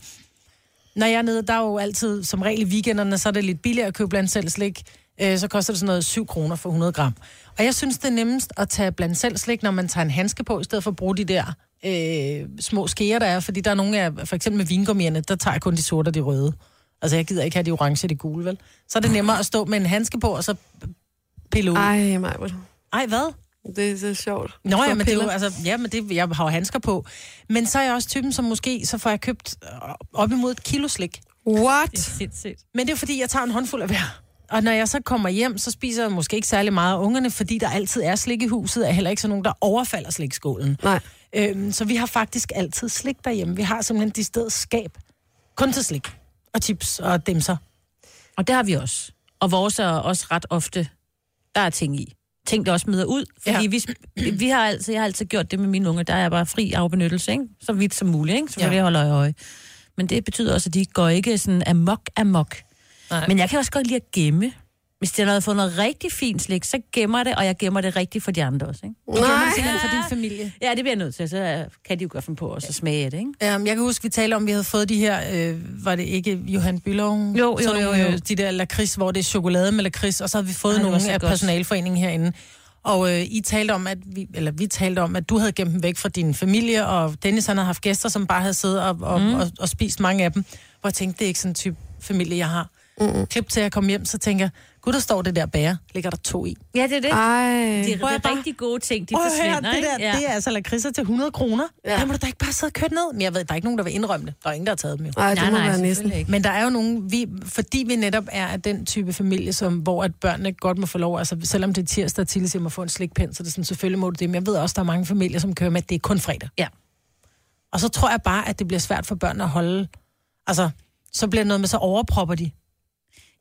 Når jeg er nede, der er jo altid, som regel i weekenderne, så er det lidt billigere at købe blandt selv slik. Øh, så koster det sådan noget 7 kroner for 100 gram. Og jeg synes, det er nemmest at tage blandt selv slik, når man tager en handske på, i stedet for at bruge de der øh, små skeer, der er. Fordi der er nogle af, for eksempel med vingummierne, der tager jeg kun de sorte og de røde. Altså, jeg gider ikke have de orange og de gule, vel? Så er det nemmere at stå med en handske på, og så pille ud. Ej,
Ej, Maja.
Ej hvad?
Det er så sjovt.
Nå, ja,
Store
men det er jo,
piller.
altså, ja, men det, jeg har jo handsker på. Men så er jeg også typen, som måske, så får jeg købt øh, op imod et kilo slik.
What?
Sindssygt.
Men det er fordi, jeg tager en håndfuld af hver. Og når jeg så kommer hjem, så spiser jeg måske ikke særlig meget af ungerne, fordi der altid er slik i huset, og heller ikke sådan nogen, der overfalder slikskålen.
Nej.
Øhm, så vi har faktisk altid slik derhjemme. Vi har simpelthen de steder skab. Kun til slik. Og chips og dimser.
Og det har vi også. Og vores er også ret ofte, der er ting i. Ting, der også smider ud. Fordi
Ja.
ja. vi, sp- vi har altid, jeg har altid gjort det med mine unger, der er jeg bare fri afbenyttelse, ikke? så vidt som muligt. Ikke? Så
Ja.
ja. det holder jeg øje. Men det betyder også, at de går ikke sådan amok amok.
Nej.
Nej. Men jeg kan også godt lide at gemme. Hvis den havde fået noget rigtig fint slik, så gemmer jeg det, og jeg gemmer det rigtigt for de andre også, ikke?
Nej.
Simpelthen for din familie.
Ja, det bliver jeg nødt til, så øh, kan de jo gøre dem på, og så smage af det, ikke?
Um, jeg kan huske, vi talte om, at vi havde fået de her, øh, var det ikke Johan Bylov?
Jo, jo,
Sådan
jo,
nogle,
jo.
øh, De der lakrids, hvor det er chokolade med lakrids, og så har vi fået
Ej,
Ej,
det var
nogle
så
af
godt.
personalforeningen herinde. Og øh, I talte om, at vi, eller vi talte om, at du havde gemt dem væk fra din familie, og Dennis han havde haft gæster, som bare havde siddet og, og, mm. og, og, og spist mange af dem. Hvor jeg tænkte, det er ikke sådan en type familie, jeg har. Mm. Klip til at komme hjem, så tænker jeg, gud, der står det der bære. Ligger der to i?
Ja, det er det.
Ej.
De,
Prøv at
de
bare-
rigtig gode ting, de
Prøv at høre,
forsvinder,
det der,
ikke?
det er altså lakridser til 100 kroner.
Ja.
Ja. Der må du da ikke bare sidde og køre ned. Men jeg ved, der er ikke nogen, der vil indrømme det. Der er ingen, der har taget dem jo.
Ej, det
Nej,
må
nej,
være næsten.
selvfølgelig ikke.
Men der er jo nogen, vi, fordi vi netop er af den type familie, som, hvor at børnene godt må få lov, altså selvom det er tirsdag til, så må få en slikpind, så det er sådan, selvfølgelig må du det, men jeg ved også, der er mange familier, som kører med, at det er kun fredag.
Ja.
Og så tror jeg bare, at det bliver svært for børnene at holde, altså, så bliver det noget med, så overpropper de.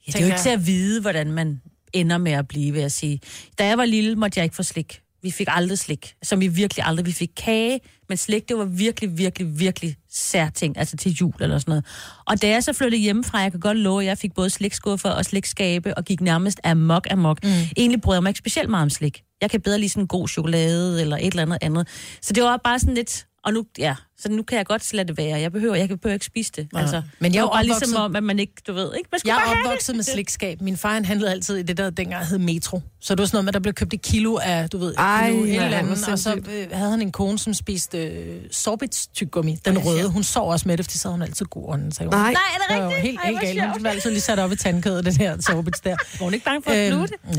Ja, det er jo ikke
tænker
til at vide, hvordan man ender med at blive, vil jeg sige. Da jeg var lille, måtte jeg ikke få slik. Vi fik aldrig slik, som vi virkelig aldrig. Vi fik kage, men slik, det var virkelig, virkelig, virkelig særting, altså til jul eller sådan noget. Og da jeg så flyttede hjemmefra, jeg kan godt love, at jeg fik både slikskuffer og slikskabe og gik nærmest amok amok. Mm. Egentlig bryder jeg mig ikke specielt meget om slik. Jeg kan bedre lige sådan en god chokolade eller et eller andet andet. Så det var bare sådan lidt, og nu, ja, så nu kan jeg godt lade det være. Jeg behøver, jeg behøver ikke spise det.
Nej.
Altså,
Men jeg
det
er
var
jo
bare ligesom
opvokset-
om, at man ikke, du ved, ikke? Man skulle
Jeg
bare
er
have det.
opvokset med slikskab. Min far han handlede altid i det, der dengang hed Metro. Så det var sådan noget med, at der blev købt et kilo af, du ved,
Ej,
Ej, kilo et
nej,
eller andet.
hvor
Og så
sindssygt.
øh, havde han en kone, som spiste øh, sorbets-tyggummi. Den røde. Hun sov også med det, fordi så havde hun altid god ånden, sagde hun.
Nej,
Nej, er det
Det var jo
rigtigt?
helt,
Ej,
helt
hvor
galt. Hun
sjovt.
var altid lige sat op i tandkødet, den her sorbets der.
Var hun ikke bange for at
Øhm,
sluge det?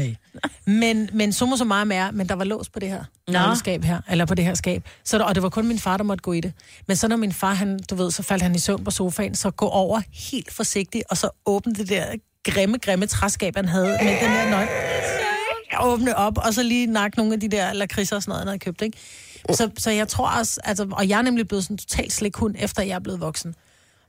nej. Men, men summa summarum er, men der var lås på det her nøgleskab her, eller på det her skab. Så, der- og det var kun min far, der måtte gå i det. Men så når min far, han, du ved, så faldt han i søvn på sofaen, så gå over helt forsigtigt, og så åbne det der grimme, grimme træskab, han havde med den der nøgle. Åbne op, og så lige nakke nogle af de der lakridser og sådan noget, han havde købt, ikke? Så, så jeg tror også, altså, og jeg er nemlig blevet sådan en total slikhund, efter jeg er blevet voksen.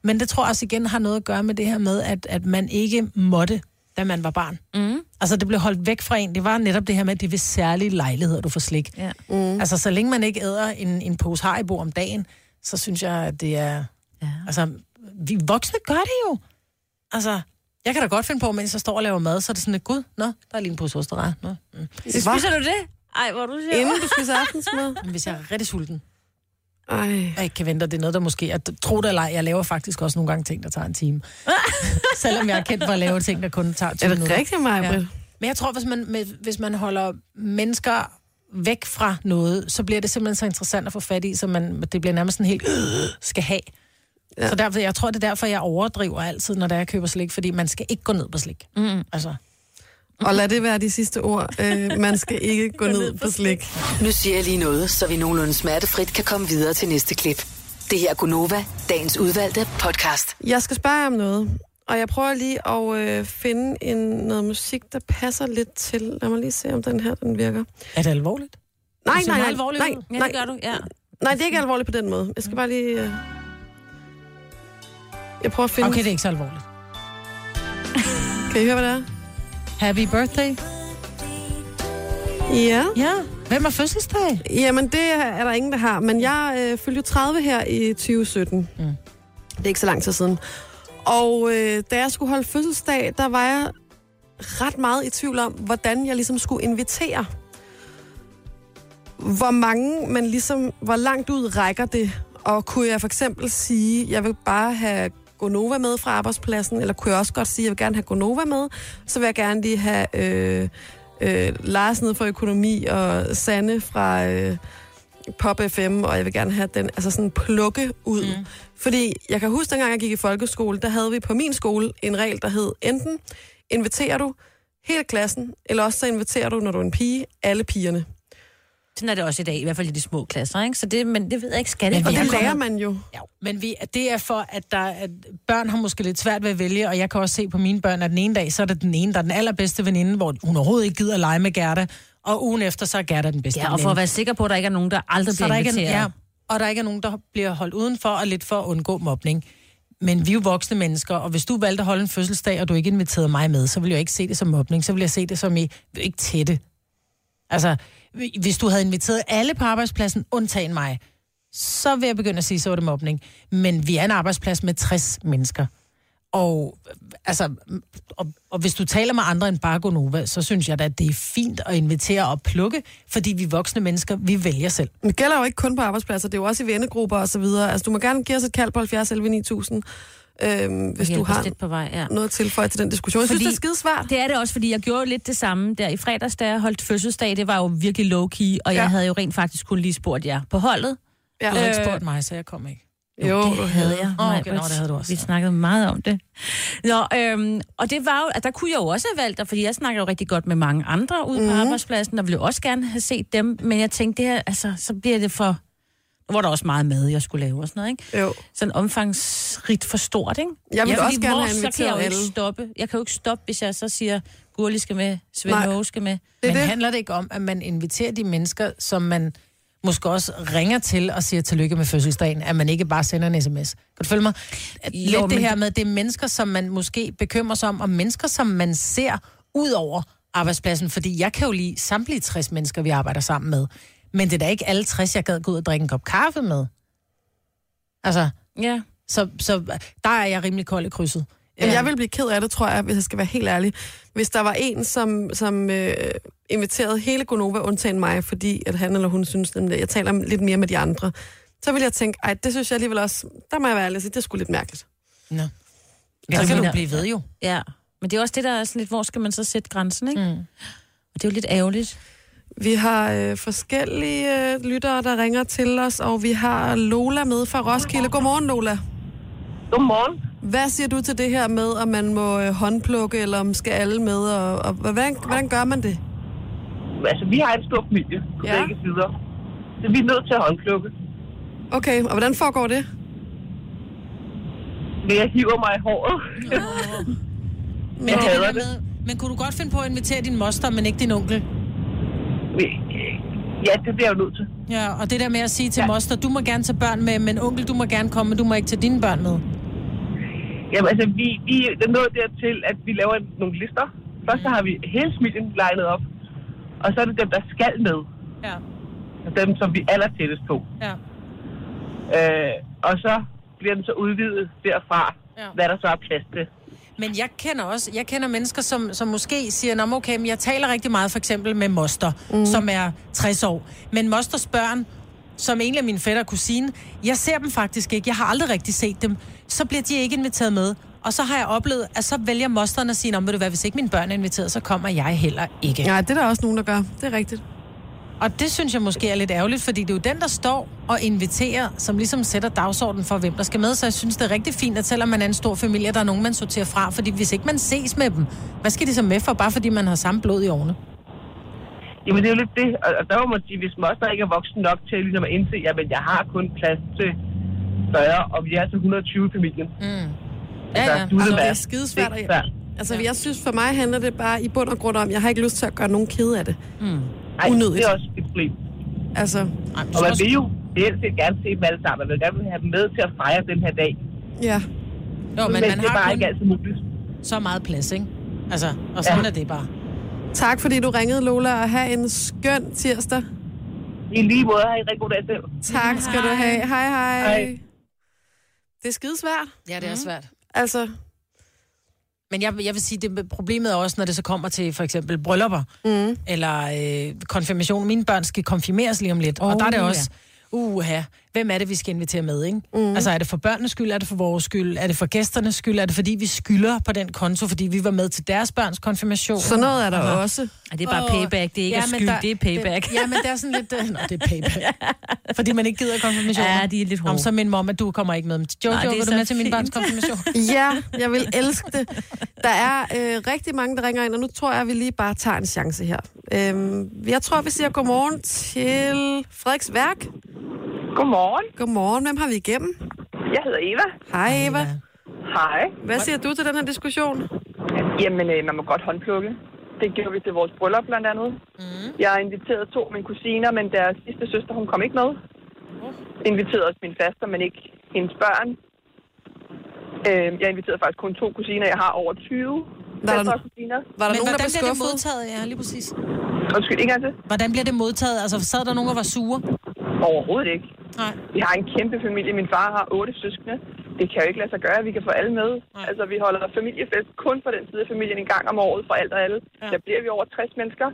Men det tror jeg også igen har noget at gøre med det her med, at, at man ikke måtte, da man var barn. Mm. Altså det blev holdt væk fra en. Det var netop det her med, at det er ved særlige lejligheder, du får slik.
Ja.
Mm. Altså så længe man ikke æder en, en pose haribo om dagen, så synes jeg, at det er...
Ja.
Altså, vi voksne gør det jo. Altså, jeg kan da godt finde på, mens jeg står og laver mad, så er det sådan, at gud, nå, der er lige en pose osterej. Nå. Mm.
Så spiser du det? Ej, hvor er du sjov.
Inden du spiser aftensmad?
Men hvis jeg er rigtig sulten,
Ej.
og ikke kan vente, og det er noget, der måske... At, tro det eller ej, jeg laver faktisk også nogle gange ting, der tager en time. Selvom jeg er kendt for at lave ting, der kun tager 20
Er det
minutter.
rigtigt, Maja
Ja.
Britt?
Men jeg tror, hvis man, med- hvis man holder mennesker væk fra noget, så bliver det simpelthen så interessant at få fat i, så man, det bliver nærmest en helt øh, skal have. Ja. Så derfor, jeg tror, det er derfor, jeg overdriver altid, når det er, jeg køber slik, fordi man skal ikke gå ned på slik. Mm. Altså,
Og lad det være de sidste ord. Øh, man skal ikke gå ned på slik.
Nu siger jeg lige noget, så vi nogenlunde smertefrit kan komme videre til næste klip. Det her er Gunova, dagens udvalgte podcast.
Jeg skal spørge jer om noget, og jeg prøver lige at øh, finde en, noget musik, der passer lidt til. Lad mig lige se, om den her den virker.
er det alvorligt?
Nej,
Det ser
nej,
meget
nej,
alvorligt
nej,
ud.
Ja,
nej,
det gør du, ja.
nej, det er ikke alvorligt på den måde. Jeg skal bare lige... Øh... Jeg prøver at finde...
Okay, det er ikke så alvorligt.
Kan I høre, hvad det er?
Happy birthday.
Ja.
Ja. Hvem er fødselsdag?
Jamen, det er der ingen, der har. Men jeg øh, fyldte jo 30 her i 2017. Mm. Det er ikke så lang tid siden. Og øh, da jeg skulle holde fødselsdag, der var jeg ret meget i tvivl om, hvordan jeg ligesom skulle invitere. Hvor mange, men ligesom, hvor langt ud rækker det? Og kunne jeg for eksempel sige, jeg vil bare have Gonova med fra arbejdspladsen, eller kunne jeg også godt sige, jeg vil gerne have Gonova med, så vil jeg gerne lige have øh, øh, Lars ned fra økonomi, og Sanne fra øh, Pop FM, og jeg vil gerne have den, altså sådan plukke ud. Mm. Fordi jeg kan huske, dengang jeg gik i folkeskole, der havde vi på min skole en regel, der hed, enten inviterer du hele klassen, eller også så inviterer du, når du er en pige, alle pigerne.
Sådan er det også i dag, i hvert fald i de små klasser, ikke? Så det, men det ved jeg ikke, skal det
Men
Og
vi
ikke?
det
har
lærer
kommet-
man jo.
Ja, men vi, det er for, at, der, at børn har måske lidt svært ved at vælge, og jeg kan også se på mine børn, at den ene dag, så er det den ene, der er den allerbedste veninde, hvor hun overhovedet ikke gider at lege med Gerda, og ugen efter, så er Gerda den bedste
Ja, og
veninde.
for at være sikker på, at der ikke er nogen, der aldrig
så
bliver
der
der
ikke er,
inviteret.
ja,
ja.
og der ikke er nogen, der bliver holdt udenfor, og lidt for at undgå mobning. Men vi er jo voksne mennesker, og hvis du valgte at holde en fødselsdag, og du ikke inviterede mig med, så ville jeg ikke se det som mobning, så ville jeg se det som i, vi er ikke tætte. Altså, hvis du havde inviteret alle på arbejdspladsen, undtagen mig, så vil jeg begynde at sige, så var det mobning. Men vi er en arbejdsplads med 60 mennesker. Og, altså, og, og hvis du taler med andre end bare Gonova, så synes jeg da, at det er fint at invitere og plukke, fordi vi voksne mennesker, vi vælger selv.
Men det gælder jo ikke kun på arbejdspladser, det er jo også i vennegrupper og så videre. Altså, du må gerne give os et kald på 70 11 9000, øhm, hvis du
Hjælp os
har
lidt på vej, ja.
noget at tilføje til den diskussion. Jeg synes,
Fordi-
det er skidesvært.
Det er det også, fordi jeg gjorde lidt det samme der i fredags, da jeg holdt fødselsdag. Det var jo virkelig low-key, og jeg
Ja.
havde jo rent faktisk kun lige spurgt jer på holdet.
Ja. Øh.
Du har ikke spurgt mig, så jeg kom ikke.
jo,
det havde jeg.
Åh,
Maj,
okay, nå, det havde du også.
Vi snakkede meget om det. Nå, øhm, og det var jo, at der kunne jeg jo også have valgt dig, fordi jeg snakker jo rigtig godt med mange andre ude mm-hmm. på arbejdspladsen, og ville jo også gerne have set dem, men jeg tænkte, det her, altså, så bliver det for... Nu var der også meget mad, jeg skulle lave og sådan noget, ikke?
Jo.
Sådan omfangsrigt for stort, ikke?
Jeg ville
fordi
også gerne
hvor-
have
Så kan jeg jo
inviteret
ikke
alle.
stoppe. Jeg kan jo ikke stoppe, hvis jeg så siger, Gurli skal med, Svend
Nej.
Aage skal med.
Det
Det
er
Men det.
det.
handler det ikke om, at man inviterer de mennesker, som man måske også ringer til og siger tillykke med fødselsdagen, at man ikke bare sender en sms. Kan du følge mig? At
Jo,
Lidt det
men-
her med, at det er mennesker, som man måske bekymrer sig om, og mennesker, som man ser ud over arbejdspladsen, fordi jeg kan jo lige samtlige 60 mennesker, vi arbejder sammen med. Men det er da ikke alle 60, jeg gad gå ud og drikke en kop kaffe med. Altså,
Ja.
så, så der er jeg rimelig kold i krydset.
Jamen, jeg ville blive ked af det, tror jeg, hvis jeg skal være helt ærlig. Hvis der var en, som, som øh, inviterede hele Gonova, undtagen mig, fordi at han eller hun synes, at jeg taler lidt mere med de andre, så ville jeg tænke, ej, det synes jeg alligevel også, der må jeg være ærlig og sige, det er sgu lidt mærkeligt.
Nå.
Ja,
Så
det
kan du
mener-
blive ved jo.
Ja, men det er også det, der er sådan lidt, hvor skal man så sætte grænsen, ikke? Mm. Og det er jo lidt ærgerligt.
Vi har øh, forskellige øh, lyttere, der ringer til os, og vi har Lola med fra Roskilde. Godmorgen, Lola.
Godmorgen.
Hvad siger du til det her med, om man må øh, håndplukke, eller om skal alle med, og, og hvordan, hvordan gør man det?
Altså, vi har en stor familie på
Ja.
ja. begge sider. Så vi er nødt til at håndplukke.
Okay, og hvordan foregår det?
Men jeg hiver mig i håret.
Men,
Jeg
det er det der
hader
med, men kunne du godt finde på at invitere din moster, men ikke din onkel?
ja, det bliver jeg jo nødt til.
Ja, og det der med at sige til ja.
Ja.
moster, du må gerne tage børn med, men onkel, du må gerne komme, men du må ikke tage dine børn med.
Jamen, altså, vi, vi er nået dertil, at vi laver en- nogle lister. Først så har vi hele familien legnet op. Og så er det dem, der skal med.
Ja,
Dem, som vi er allertættest på.
ja.
Øh, og så bliver den så udvidet derfra,
Ja.
ja. hvad der så er plads til.
Men jeg kender også, jeg kender mennesker, som, som måske siger, Nå, men okay, men jeg taler rigtig meget for eksempel med moster, mm. som er 60 år. Men mosters børn, som egentlig er mine fætter og kusine, jeg ser dem faktisk ikke. Jeg har aldrig rigtig set dem. Så bliver de ikke inviteret med. Og så har jeg oplevet, at så vælger mosteren at sige, Nå, men ved du hvad, hvis ikke mine børn er inviteret, så kommer jeg heller ikke.
Ja, det er der også nogen, der gør. Det er rigtigt.
Og det synes jeg måske er lidt ærgerligt, fordi det er jo den, der står og inviterer, som ligesom sætter dagsordenen for, hvem der skal med. Så jeg synes, det er rigtig fint, at selvom man er en stor familie, at der er nogen, man sorterer fra. Fordi hvis ikke man ses med dem, hvad skal de så med for, bare fordi man har samme blod i årene?
Jamen, det er jo lidt det. Og, og der må man sige, hvis moster ikke er voksen nok til ligesom at indse, jamen, jeg har kun plads til 40, og vi er altså 120 i familien.
Ja, ja.
du
Mm. Altså, det
være.
er skidesvært.
Det er
at-
svært.
Altså, jeg synes, for mig handler det bare i bund og grund om, jeg har ikke lyst til at gøre nogen kede af det.
Hmm. Ej,
Unødigt.
det er også et problem.
Altså,
Ej, men
Og
så
man
også-
vil jo helst set gerne se dem alle sammen. Man vil gerne have dem med til at fejre den her dag.
ja.
Jo,
Men,
men man
det er
har
bare ikke
kun
altid muligt.
så meget plads, ikke? Altså, og sådan
Ja.
er det bare.
Tak, fordi du ringede, Lola, og have en skøn tirsdag.
I lige måde har I en rigtig god dag selv.
Tak skal du have. Hej, hej.
Hej.
Det er skidesvært.
Ja, det er svært.
Altså,
Men jeg, jeg vil sige, det problemet er også, når det så kommer til for eksempel bryllupper, mm. eller øh, konfirmation. Mine børn skal konfirmeres lige om lidt, oh, og der er det
ja.
også, uha, hvem er det, vi skal invitere med, ikke?
Mhm.
Mm. Altså, er det for børnenes skyld, er det for vores skyld, er det for gæsternes skyld, er det fordi, vi skylder på den konto, fordi vi var med til deres børns konfirmation?
sådan noget er der Aha. også.
Og det er bare
Åh,
oh, payback, det er ikke ja,
men
skyld, der, det er payback.
Det, ja, men det er sådan lidt... øh, Nå, det er payback. Fordi man ikke gider konfirmation.
Ja, de er lidt hårde.
Om, så min mor, at du kommer ikke med. Jojo,
Nej, det er
vil du
så
med til min
fint.
børns konfirmation?
Ja, jeg vil elske det. Der er øh, rigtig mange, der ringer ind, og nu tror jeg, at vi lige bare tager en chance her. Øhm, jeg tror, vi siger godmorgen til Frederiks Værk.
Godmorgen.
Godmorgen, hvem har vi igennem?
Jeg hedder Eva.
Hej, Eva.
Hej.
Hvad siger du til den her diskussion?
Jamen, øh, man må godt håndplukke. Det gjorde vi til vores bryllup blandt andet. Mm. Jeg inviterede to af mine kusiner, men deres sidste søster, hun kom ikke med.
Oh.
Inviterede også min faster, men ikke hendes børn. Øh, jeg inviterede faktisk kun to kusiner. Jeg har over 20
der-
faster og kusiner.
Var der
Men
nogen, der
hvordan
blev
bliver det
skuffet?
modtaget? Ja, lige præcis.
Undskyld, ikke engang det?
Hvordan bliver det modtaget? Altså, sad der nogen, der var sure?
Overhovedet ikke.
Nej.
Vi har en kæmpe familie. Min far har otte søskende. det kan jo ikke lade sig gøre, at vi kan få alle med. Nej. Altså, vi holder familiefest kun for den side af familien en gang om året for alt og alle. Ja. Der bliver vi over 60 mennesker.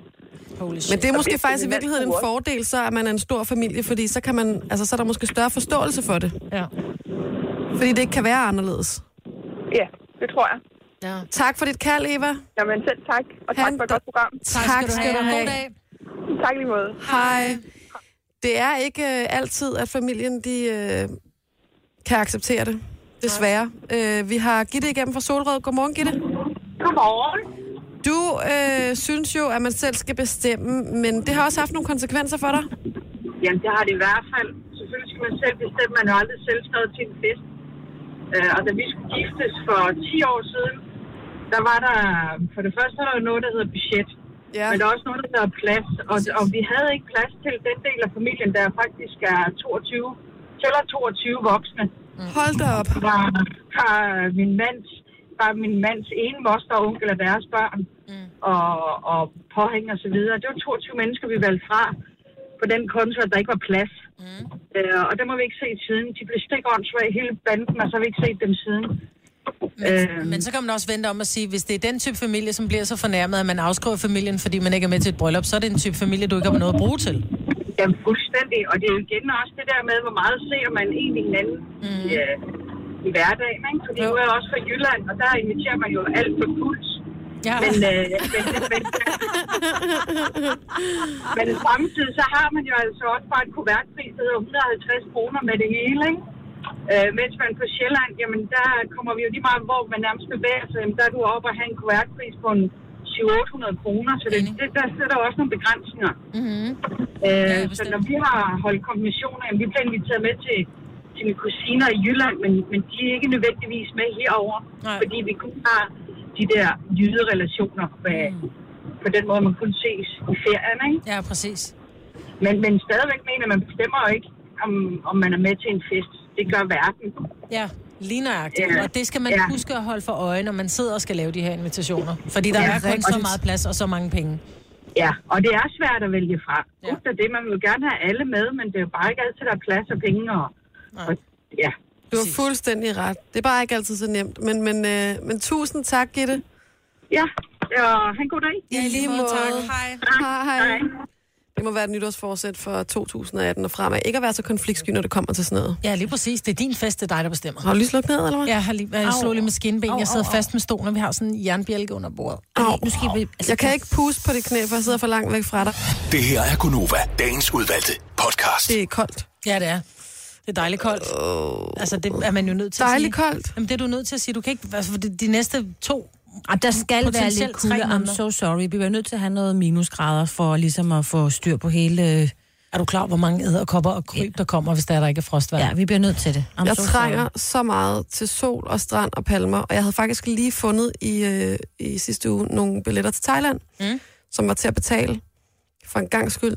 Holy shit.
Men det er
Og
måske
det
faktisk i
skal vi
virkeligheden en
altid bruge.
fordel, så at man er en stor familie, fordi så, kan man, altså, så er der måske større forståelse for det.
Ja.
Fordi det ikke kan være anderledes.
Ja, det tror jeg.
ja.
Tak for dit kald, Eva.
Jamen, selv tak. Og tak
Han-
for et godt program.
Tak,
God dag.
Tak i lige måde.
Hej. Det er ikke øh, altid, at familien de, øh, kan acceptere det. Desværre. Øh, vi har Gitte igennem fra Solrød. Godmorgen, Gitte.
Godmorgen.
Du øh, synes jo, at man selv skal bestemme, men det har også haft nogle konsekvenser for dig.
Jamen, det har det i hvert fald. Selvfølgelig skal man selv bestemme, man har aldrig selv skrevet til en fest. Øh, og da vi skulle giftes for 10 år siden, der var der, for det første er der jo noget, der hedder budget. Ja.
Ja.
Men der er også noget, der hedder plads. Og, og vi havde ikke plads til den del af familien, der faktisk er 22, tæller 22 voksne.
Mm. Hold da op.
Fra, fra min mands fra min mands ene moster og onkel og deres børn mm. og, og påhæng og så videre. Det var 22 mennesker, vi valgte fra på den konto, at der ikke var plads. Mm. Øh, og dem har vi ikke set siden. De blev stikåndssvage hele banden, og så har vi ikke set dem siden.
Øh.
Øh,
Men, men så kan man også vente om at sige, hvis det er den type familie, som bliver så fornærmet, at man afskriver familien, fordi man ikke er med til et bryllup, så er det en type familie, du ikke har noget at bruge til.
Jamen, fuldstændig. Og det er jo igen også det der med, hvor meget ser man egentlig hinanden mm. i, øh, i hverdagen. Ikke? Fordi
Jo.
nu er jeg også fra Jylland, og der inviterer man jo alt for puls.
Ja.
Men, øh, men, men, men samtidig så har man jo altså også bare en kuvertpris, der hedder 150 kroner med det hele, ikke? Øh, mens man på Sjælland, jamen der kommer vi jo lige meget, hvor man nærmest bevæger sig, jamen, der er du oppe og have en kuvertpris på en 700-800 kroner, så det, det, der sætter jo også nogle begrænsninger. Øh, så når vi har holdt konfirmationer, jamen, vi bliver inviteret med til, til mine kusiner i Jylland, men, men de er ikke nødvendigvis med herover,
Nej.
fordi vi kun har de der jyderelationer med, mm. på den måde, man kun ses i ferien. Ikke?
Ja, præcis.
Men, men stadigvæk mener man bestemmer jo ikke, om, om man er med til en fest. Det gør verden.
Ja, lige nøjagtigt.
Ja.
Og det skal man
Ja.
huske at holde for øje, når man sidder og skal lave de her invitationer. Fordi der er kun så meget plads og så mange penge.
Ja, og det er svært at vælge fra.
Ja.
Ja. Uf, det, man vil jo gerne have alle med, men det er jo bare ikke altid, der er plads og penge. Og, og, ja.
Du har
Præcis.
fuldstændig ret. Det er bare ikke altid så nemt. Men, men, øh, men tusind tak, Gitte.
ja, og have en god dag.
I lige måde. Hej. Hej.
Hej.
Det må være et nytårsforsæt for 2018 og fremad. Ikke at være så konfliktsky, når det kommer til sådan noget.
Ja, lige præcis. Det er din fest, det er dig, der bestemmer.
Har du lige slukket ned, eller hvad?
Jeg, har lige, jeg slog lige med skinben. Jeg sidder fast med stolen, og vi har sådan en jernbjælke under bordet.
Au.
Altså,
Altså, Jeg kan ikke puste på det knæ, for jeg sidder for langt væk fra dig.
Det her er Gunova, dagens udvalgte podcast.
Det er koldt.
Ja, det er. Det er dejligt koldt. Altså, det er man jo nødt til
Dejligt
at sige.
koldt.
Jamen, det er du nødt til at sige. Du kan ikke... Altså, for de, de næste to...
Jamen, der skal være
Potentielt
lidt
tre
kulde. I'm
måneder.
so sorry. Vi bliver nødt til at have noget minusgrader for ligesom at få styr på hele... øh,
Er du klar over, hvor mange æderkopper og kryb, der kommer, hvis der, er, der ikke er frostvær?
Ja, vi bliver nødt til det. I'm
Jeg
so
trænger
sorry.
så meget til sol og strand og palmer, og jeg havde faktisk lige fundet i, øh, i sidste uge nogle billetter til Thailand, mm. som var til at betale for en gang skyld.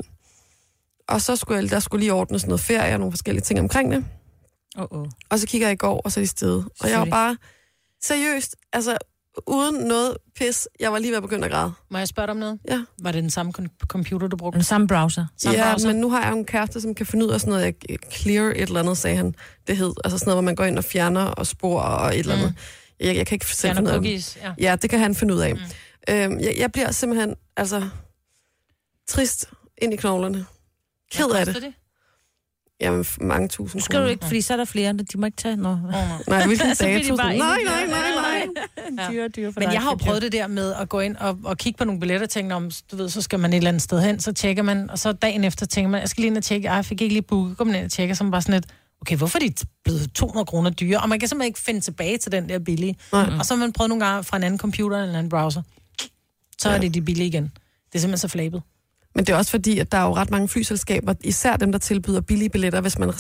Og så skulle jeg, der skulle lige ordnes noget ferie og nogle forskellige ting omkring det.
Oh, oh.
Og så kigger jeg i går, og så er de stedet. Og jeg var
Selvfølgelig.
bare, seriøst, altså uden noget pis, jeg var lige ved at begynde at græde.
Må jeg spørge dig om noget?
Ja.
Var det den samme kon- computer, du brugte?
Den samme browser.
Samme
ja,
browser?
men nu har jeg jo en kæreste, som kan finde ud af sådan noget, jeg clear et eller andet, sagde han, det hed. Altså sådan noget, hvor man går ind og fjerner og spor og et eller andet. Mm. Jeg, jeg kan ikke selv
Fjerner
finde ud af det.
cookies, ja.
Ja, det kan han finde ud af. Mm. Øhm, jeg, jeg bliver simpelthen, altså, trist ind i knoglerne. Ked af det.
det?
Jamen, f- mange tusind
Nu skal du
kroner.
ikke, fordi så er der flere, de må ikke tage... Nå.
Nej, hvilken
Så bliver de
dato?
bare
Nej, nej,
inde i
nej,
det.
nej.
Dyre, dyre for
Men
dig,
jeg har jo
Fidjo.
prøvet det der med at gå ind og, og kigge på nogle billetter og tænke, om, du ved, så skal man et eller andet sted hen, så tjekker man, og så dagen efter tænker man, jeg skal lige ind og tjekke, ej, jeg fik ikke lige booket, går man ind og tjekker, så er man bare sådan lidt, okay, hvorfor er de blevet 200 kroner dyre? Og man kan simpelthen ikke finde tilbage til den der billige. Mm. Og så har man prøvet nogle gange fra en anden computer eller en anden browser. Så ja. er det de billige igen. Det er simpelthen så flabet.
Men det er også fordi, at der er jo ret mange flyselskaber, især dem, der tilbyder billige billetter, hvis man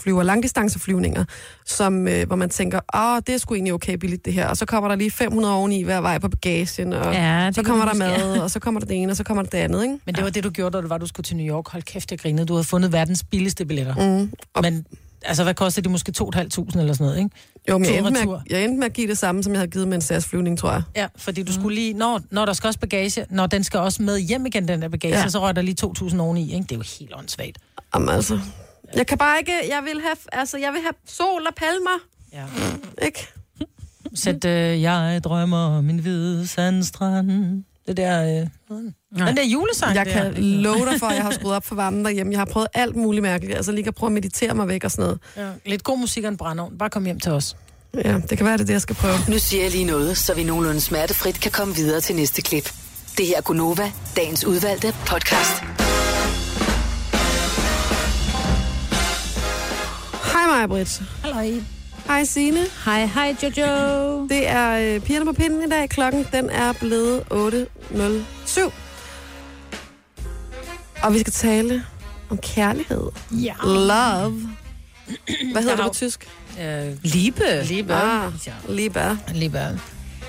flyver langdistanceflyvninger, som, øh, hvor man tænker, åh, det er sgu egentlig okay billigt det her, og så kommer der lige 500 oveni hver vej på bagagen, og
Ja,
ja,
det
så
kan
kommer der
man huske,
mad, og så kommer der det ene, og så kommer der det andet, ikke?
Men det var det, du gjorde, da du var, du skulle til New York. Hold kæft, jeg grinede. Du havde fundet verdens billigste billetter. Mm. Men altså, hvad kostede de måske 2.500 eller sådan noget, ikke?
Jo, men jeg
Tur,
endte, med
retur.
at, jeg endte med at give det samme, som jeg havde givet med en SAS-flyvning, tror jeg.
Ja, fordi du mm. skulle lige, når, når der skal også bagage, når den skal også med hjem igen, den der bagage, ja.
Ja.
så røg der lige 2.000 oveni, ikke? Det er jo helt åndssvagt.
Jamen altså, jeg kan bare ikke, jeg vil have, altså, jeg vil have sol og palmer.
Ja.
Ikke?
Sæt, øh, jeg drømmer om en hvid sandstrand. Det der... Øh, den der julesang
Jeg
der.
kan love dig for, at jeg har skruet op for varmen derhjemme. Jeg har prøvet alt muligt mærkeligt. Altså lige at prøve at meditere mig væk og sådan noget.
Ja. Lidt god musik og en brandovn. Bare kom hjem til os.
Ja, det kan være, det er det, jeg skal prøve.
Nu siger jeg lige noget, så vi nogenlunde smertefrit kan komme videre til næste klip. Det her er Gunova, dagens udvalgte podcast.
Hej mig, Britt.
Halløj.
Hej Signe.
Hej, hej Jojo.
Det er øh, pigerne på pinden i dag. Klokken den er blevet 8.07. Og vi skal tale om kærlighed.
Ja.
Love. Hvad hedder det
har-
på tysk?
Øh,
Liebe.
Liebe.
Ah,
Ja.
Liebe.
Liebe.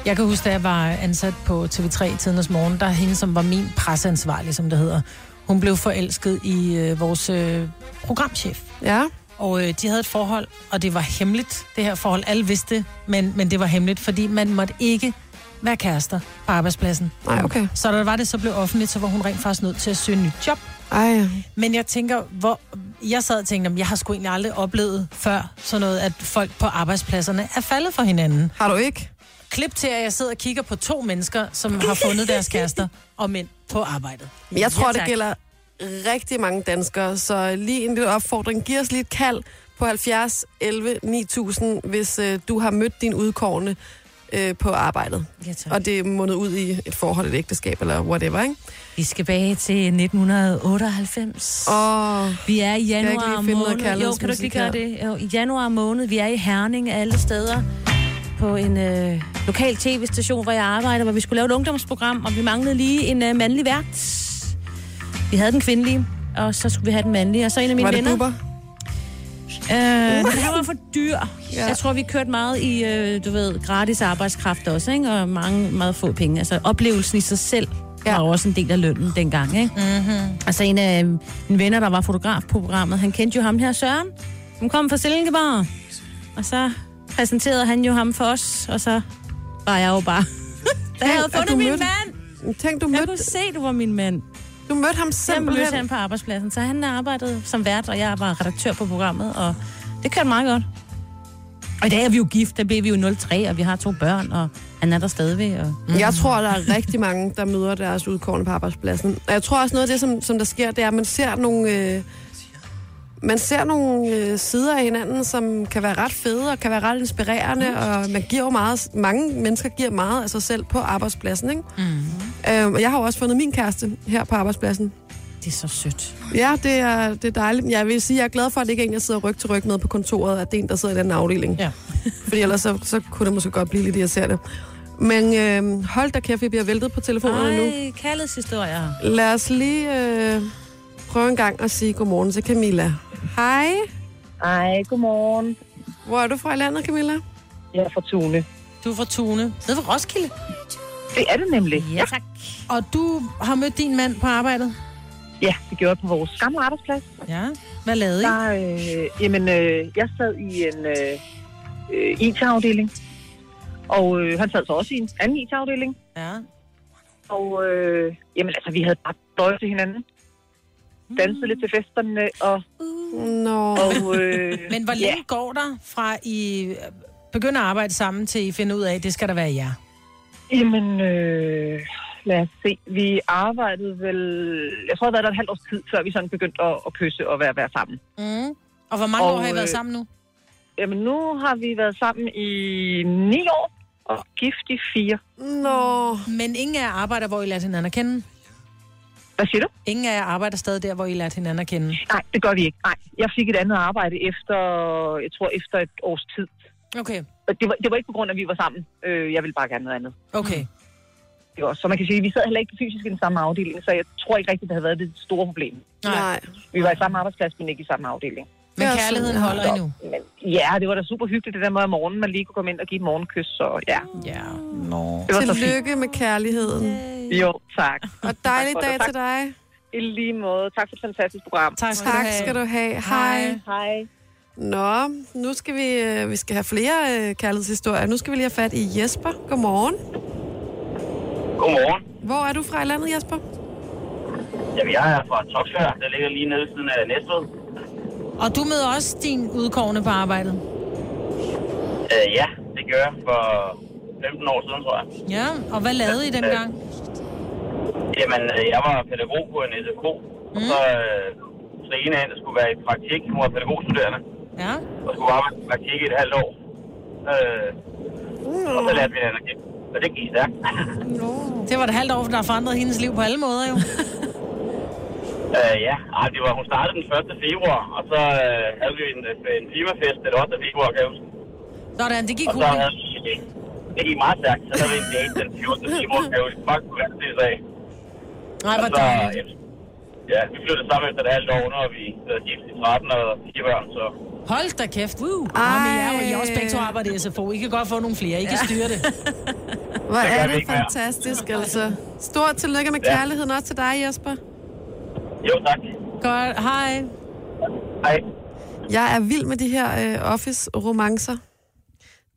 Jeg kan huske, da jeg var ansat på TV3 tidens morgen, der er hende, som var min presseansvarlig, som det hedder. Hun blev forelsket i øh, vores øh, programchef.
Ja.
Og øh, de havde et forhold, og det var hemmeligt, det her forhold. Alle vidste det, men, men det var hemmeligt, fordi man måtte ikke være kærester på arbejdspladsen.
Nej, okay.
Så da det var det, så blev offentligt, så var hun rent faktisk nødt til at søge nyt job.
Ej.
Men jeg tænker, hvor... Jeg sad og tænkte, om jeg har sgu egentlig aldrig oplevet før sådan noget, at folk på arbejdspladserne er faldet for hinanden.
Har du ikke?
Klip til, at jeg sidder og kigger på to mennesker, som har fundet deres kærester og mænd på arbejdet.
Jeg tror,
Ja,
ja, det
tak.
gælder rigtig mange danskere, så lige en lille opfordring. Giv os lige et kald på 70 11 9000, hvis øh, du har mødt din udkårende øh, på arbejdet.
Ja, tak.
Og det er mundet ud i et forhold, et ægteskab eller whatever, ikke?
Vi skal bage til 1998.
Åh,
Vi er i
ikke lige
januar
finde noget
måned. Jo, kan du ikke lige
kærlighedsmusik
gøre det? Jo, i januar måned. Vi er i Herning af alle steder på en øh, lokal tv-station, hvor jeg arbejder, hvor vi skulle lave et ungdomsprogram, og vi manglede lige en øh, mandlig vært. Vi havde den kvindelige, og så skulle vi have den mandlige. Og så en af mine
var det
venner...
buber?
Øh, den her var for dyr. Ja. Jeg tror, vi kørte meget i, øh, du ved, gratis arbejdskraft også, ikke? Og mange, meget få penge. Altså, oplevelsen i sig selv ja. var jo også en del af lønnen dengang, ikke? Mm-hmm. Altså, en af øh, mine venner, der var fotograf på programmet, han kendte jo ham her, Søren. Han kom fra Silkeborg. Og så præsenterede han jo ham for os, og så var jeg jo bare... Der havde jeg
at du
fundet min
mødte-
mand!
Tænk, du
Jeg kunne
mødte,
se, du var min mand. Dem
du mødte ham
mødte han
simpelthen.
på arbejdspladsen, så han arbejdede som vært, og jeg var redaktør på programmet, og det kørte meget godt. Og i dag er vi jo gift, der blev vi jo 03, og vi har to børn, og han er der stadigvæk. Og...
Jeg tror, der er rigtig mange, der møder deres udkårende på arbejdspladsen. Og jeg tror også, noget af det, som, som der sker, det er, at man ser nogle... Øh, man ser nogle øh, sider af hinanden, som kan være ret fede og kan være ret inspirerende, og man giver jo meget, mange mennesker giver meget af sig selv på arbejdspladsen, ikke? Mm-hmm. Øh, og jeg har jo også fundet min kæreste her på arbejdspladsen.
Det er så sødt.
Ja, det er, det er dejligt. Jeg vil sige, jeg er glad for, at det ikke er en, jeg sidder ryg til ryg med på kontoret, at det er en, der sidder i den afdeling.
Ja.
Fordi ellers så, så kunne det måske godt blive lidt irriterende. Men øh, hold da kæft, vi bliver væltet på telefonerne nu.
Ej, kærlighedshistorier.
Lad os lige øh, prøve en gang at sige godmorgen til Camilla. Hej.
Ej, godmorgen.
Hvor er du fra i landet, Camilla?
Jeg er fra Tune.
Du er fra Tune, nede fra Roskilde.
Det er det nemlig.
Ja, tak.
Og du har mødt din mand på arbejdet?
Ja, det gjorde jeg på vores gamle arbejdsplads.
Ja. Hvad lavede I?
Der, øh, jamen, øh, jeg sad i en øh, øh, IT-afdeling, og øh, han sad så også i en anden IT-afdeling.
Ja.
Og øh, jamen, altså, vi havde bare døjet til hinanden. Dansede lidt til festerne, og...
Nå,
og øh,
Men hvor længe yeah. går der fra I øh, begynder at arbejde sammen, til I finder ud af, at det skal der være jer?
Ja, jamen, øh, lad os se. Vi arbejdede vel... Jeg tror, det var der et halvt års tid, før vi sådan begyndte at, at kysse og være, være sammen.
Mm. Og hvor mange og,
Og,
år har I været
øh,
sammen nu?
Jamen, nu har vi været sammen i ni år, og gift i fire.
nå.
Men ingen af jer arbejder, hvor I lærte hinanden at kende.
Hvad siger du?
Ingen af jer arbejder stadig der, hvor I lærte hinanden at kende.
Nej, det gør vi ikke. Nej, jeg fik et andet arbejde efter, jeg tror, efter et års tid.
Okay.
Og Det var, det var ikke på grund af, at vi var sammen. Øh, jeg ville bare gerne noget andet.
Okay. Mm.
Det var, så man kan sige, at vi sad heller ikke fysisk i den samme afdeling, så jeg tror ikke rigtigt, det havde været det store problem.
Nej.
Nej.
Vi var i samme arbejdsplads, men ikke i samme afdeling.
Men
Det er
kærligheden
sådan,
holder
ja.
endnu.
Men ja, det var da super hyggeligt, det der med om morgenen, man lige kunne komme ind og give et morgenkys. Så ja,
Ja. Nå.
det var så fint.
Tillykke med kærligheden.
Jo, tak.
Og dejlig
Tak for
dag
det. Tak.
til dig.
I lige måde. Tak for et fantastisk program.
Tak skal,
Tak
du have.
skal du have. Hej.
Hej.
Hej.
Nå, nu skal vi, øh, vi skal have flere øh, kærlighedshistorier. Nu skal vi lige have fat i Jesper. Godmorgen.
Godmorgen.
Hvor er du fra i landet, Jesper?
Jamen, jeg er fra Toksør, der ligger lige nede ved siden af Næstved.
Og du møder også din udkårende på arbejdet.
Øh, ja, det gør jeg for 15 år siden, tror jeg.
Ja, og hvad lavede I dengang?
Jamen, øh, jeg var pædagog på en SFO, mm. og så, øh, så en af hende skulle være i praktik. Hun var pædagogstuderende,
Ja.
og skulle bare være i praktik i et halvt år. Øh, og så lærte vi hinanden at kende. Og det gik stærkt.
Det var et halvt år, der forandrede hendes liv på alle måder jo.
Øh, ja, Ej, det var, hun startede den 1. februar, og så øh, havde vi en, en firmafest den 8. februar, kan jeg huske.
Sådan, det gik
Og så
hurtigt.
havde vi... Det gik meget stærkt, så havde vi en date den 14. februar, kan jeg huske. Fuck, hvad det er sag.
Nej, hvor
Og så,
dejligt.
Ja, vi flyttede sammen efter et halvt år, når vi havde gift i 13 og fire børn, så...
Hold da kæft. Woo. Ej. Nå, men jeg er jo I er også begge to arbejder i SFO. I kan godt få nogle flere. I kan styre det.
Hvor
Det gør
er
vi
det
ikke mere.
fantastisk, altså. Stort tillykke med
Ja.
kærligheden også til dig, Jesper.
Jo, tak.
Godt. Hej.
Hej.
Jeg er vild med de her øh, office-romancer.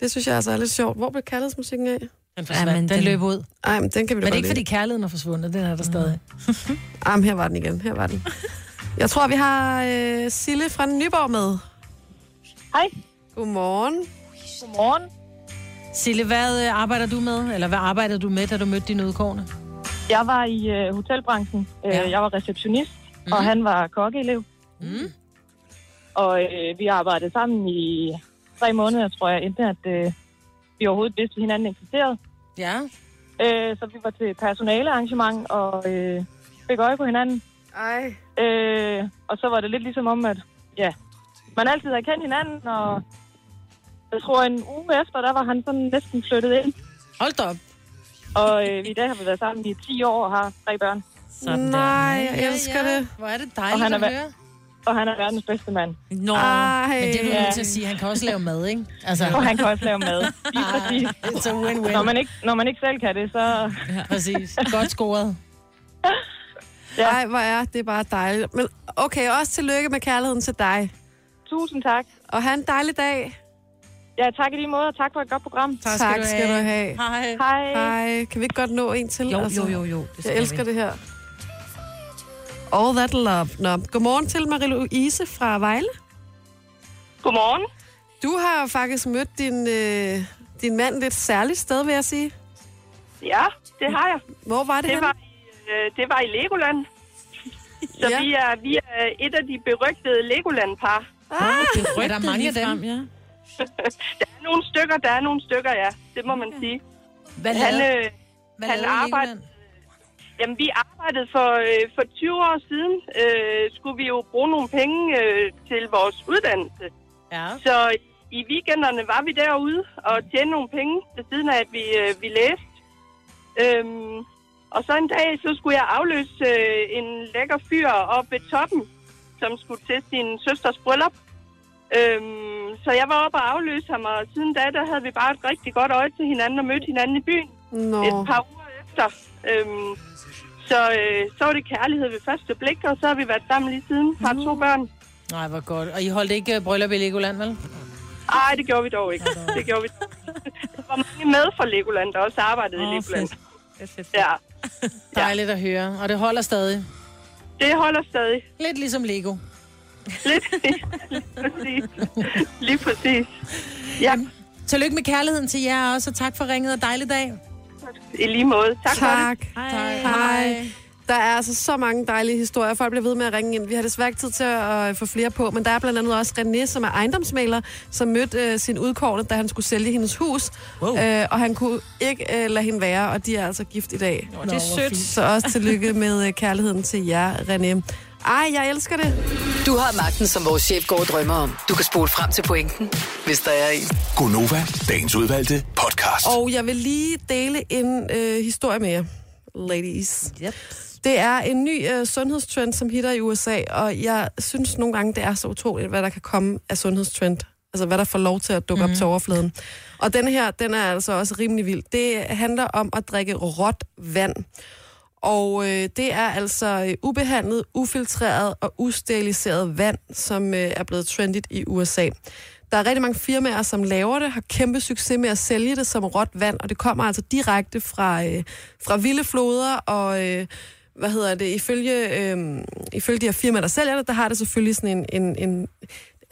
Det synes jeg altså er lidt sjovt. Hvor blev kærlighedsmusikken af?
Den
Ja,
forsvandt.
men
den, den
den-
løb ud.
Ej, men den kan vi
Men
da
det er
godt
ikke, fordi kærligheden er forsvundet. Den er der stadig.
lide. Ej, men Mm. her var den igen. Her var den. Jeg tror, vi har øh, Sille fra Nyborg med.
Hej.
Godmorgen.
Godmorgen.
Sille, hvad øh, arbejder du med? Eller hvad arbejder du med, da du mødte dine udkårne?
Jeg var i øh, hotelbranchen. Øh,
Ja. Mhm.
Jeg var receptionist, mm. og han var kokkeelev.
Mm.
Og øh, vi arbejdede sammen i tre måneder, tror jeg, inden at øh, vi overhovedet vidste, at hinanden eksisterede.
Ja.
Øh, så vi var til personalearrangement og øh, fik øje på hinanden.
Ej.
Øh, og så var det lidt ligesom om, at ja, man altid har kendt hinanden, og jeg tror en uge efter, der var han sådan næsten flyttet ind.
Hold da op.
Og øh, i dag har vi været sammen i 10 år og har tre børn.
Sådan
Nej,
der.
jeg elsker
ja.
det.
Hvor er det
Og
dejligt
han er
at
væk.
høre.
Og han er verdens bedste mand.
Nå,
Ej.
Men det er du
Ja.
nødt til at sige. Han kan også lave mad, ikke? Altså,
Og han kan også lave mad. Lige præcis.
it's a win-win.
Når man, ikke, når man ikke selv kan det, så...
Præcis. Godt scoret.
Ja.
Ej, hvor er det bare dejligt. Men okay, også tillykke med kærligheden til dig.
Tusind tak.
Og have en dejlig dag.
Ja, tak i lige måde, og tak for et godt program.
Tak skal du
skal
have.
du have.
Hej.
Hej.
Hej. Kan vi ikke godt nå en til?
Jo,
altså?
jo, jo, jo. Det
Jeg
skal
elsker
vi.
det her. All that love. Nå, godmorgen til Marie-Louise fra Vejle.
Godmorgen.
Du har jo faktisk mødt din, øh, din mand et lidt særligt sted, vil jeg sige.
Ja, det har jeg.
Hvor var det,
Det
henne?
var, i, øh, det var i Legoland. Så
Ja.
ja. vi, er, vi er et af de berygtede Legoland-par.
Ah, det
Er der mange af dem?
ligefrem, ja.
Der er nogle stykker, der er nogle stykker, ja. Det må man sige.
Hvad
Han,
lavede,
øh,
hvad
han
lavede i
arbejder-
Legoland?
jamen, vi arbejdede for, øh, for 20 år siden. Øh, skulle vi jo bruge nogle penge øh, til vores uddannelse.
Ja.
Så i weekenderne var vi derude og tjente nogle penge, ved siden af, at vi, øh, vi læste. Øhm, og så en dag, så skulle jeg afløse øh, en lækker fyr op ved toppen, som skulle til sin søsters bryllup. Øhm, så jeg var oppe og afløse ham, og siden da, der havde vi bare et rigtig godt øje til hinanden og mødte hinanden i byen et
Nå.
par uger efter. Øhm, så, øh, så var det kærlighed ved første blik, og så har vi været sammen lige siden. Har to børn.
Nej, hvor godt. Og I holdt ikke øh, bryllup i Legoland, vel?
Nej, det gjorde vi dog ikke. Det gjorde vi dog. ikke. Der var mange med fra Legoland, der også arbejdede oh, i
Åh,
Legoland.
fedt. Fedt, fedt, fedt.
Ja,
Dejligt at høre. Og det holder stadig.
det holder stadig.
Lidt ligesom Lego.
Lidt. lige præcis. Lige præcis. Ja,
Tillykke med kærligheden til jer også, og tak for ringet, og dejlig dag.
i lige måde. Tak, for det.
Tak.
Hej.
Hej. Der er altså så mange dejlige historier. Folk bliver ved med at ringe ind. Vi har desværre ikke tid til at øh, få flere på, men der er blandt andet også René, som er ejendomsmaler, som mødte øh, sin udkårne, da han skulle sælge hendes hus.
Wow.
Øh, og han kunne ikke øh, lade hende være, og de er altså gift i dag.
Det er sødt.
Så også tillykke med øh, kærligheden til jer, René. Ej, jeg elsker det.
Du har magten, som vores chef går og drømmer om. Du kan spole frem til pointen, hvis der er en.
Gonova, dagens udvalgte podcast.
Og jeg vil lige dele en øh, historie med jer, ladies.
Yep.
Det er en ny øh, sundhedstrend, som hitter i USA, og jeg synes nogle gange, det er så utroligt, hvad der kan komme af sundhedstrend. Altså, hvad der får lov til at dukke mm. op til overfladen. Og den her, den er altså også rimelig vild. Det handler om at drikke råt vand. Og øh, det er altså øh, ubehandlet, ufiltreret og usteriliseret vand, som øh, er blevet trendigt i USA. Der er rigtig mange firmaer, som laver det, har kæmpe succes med at sælge det som råt vand, og det kommer altså direkte fra, øh, fra vilde floder og... Øh, hvad hedder det, ifølge, øh, ifølge de her firmaer, der sælger det, der har det selvfølgelig sådan en, en, en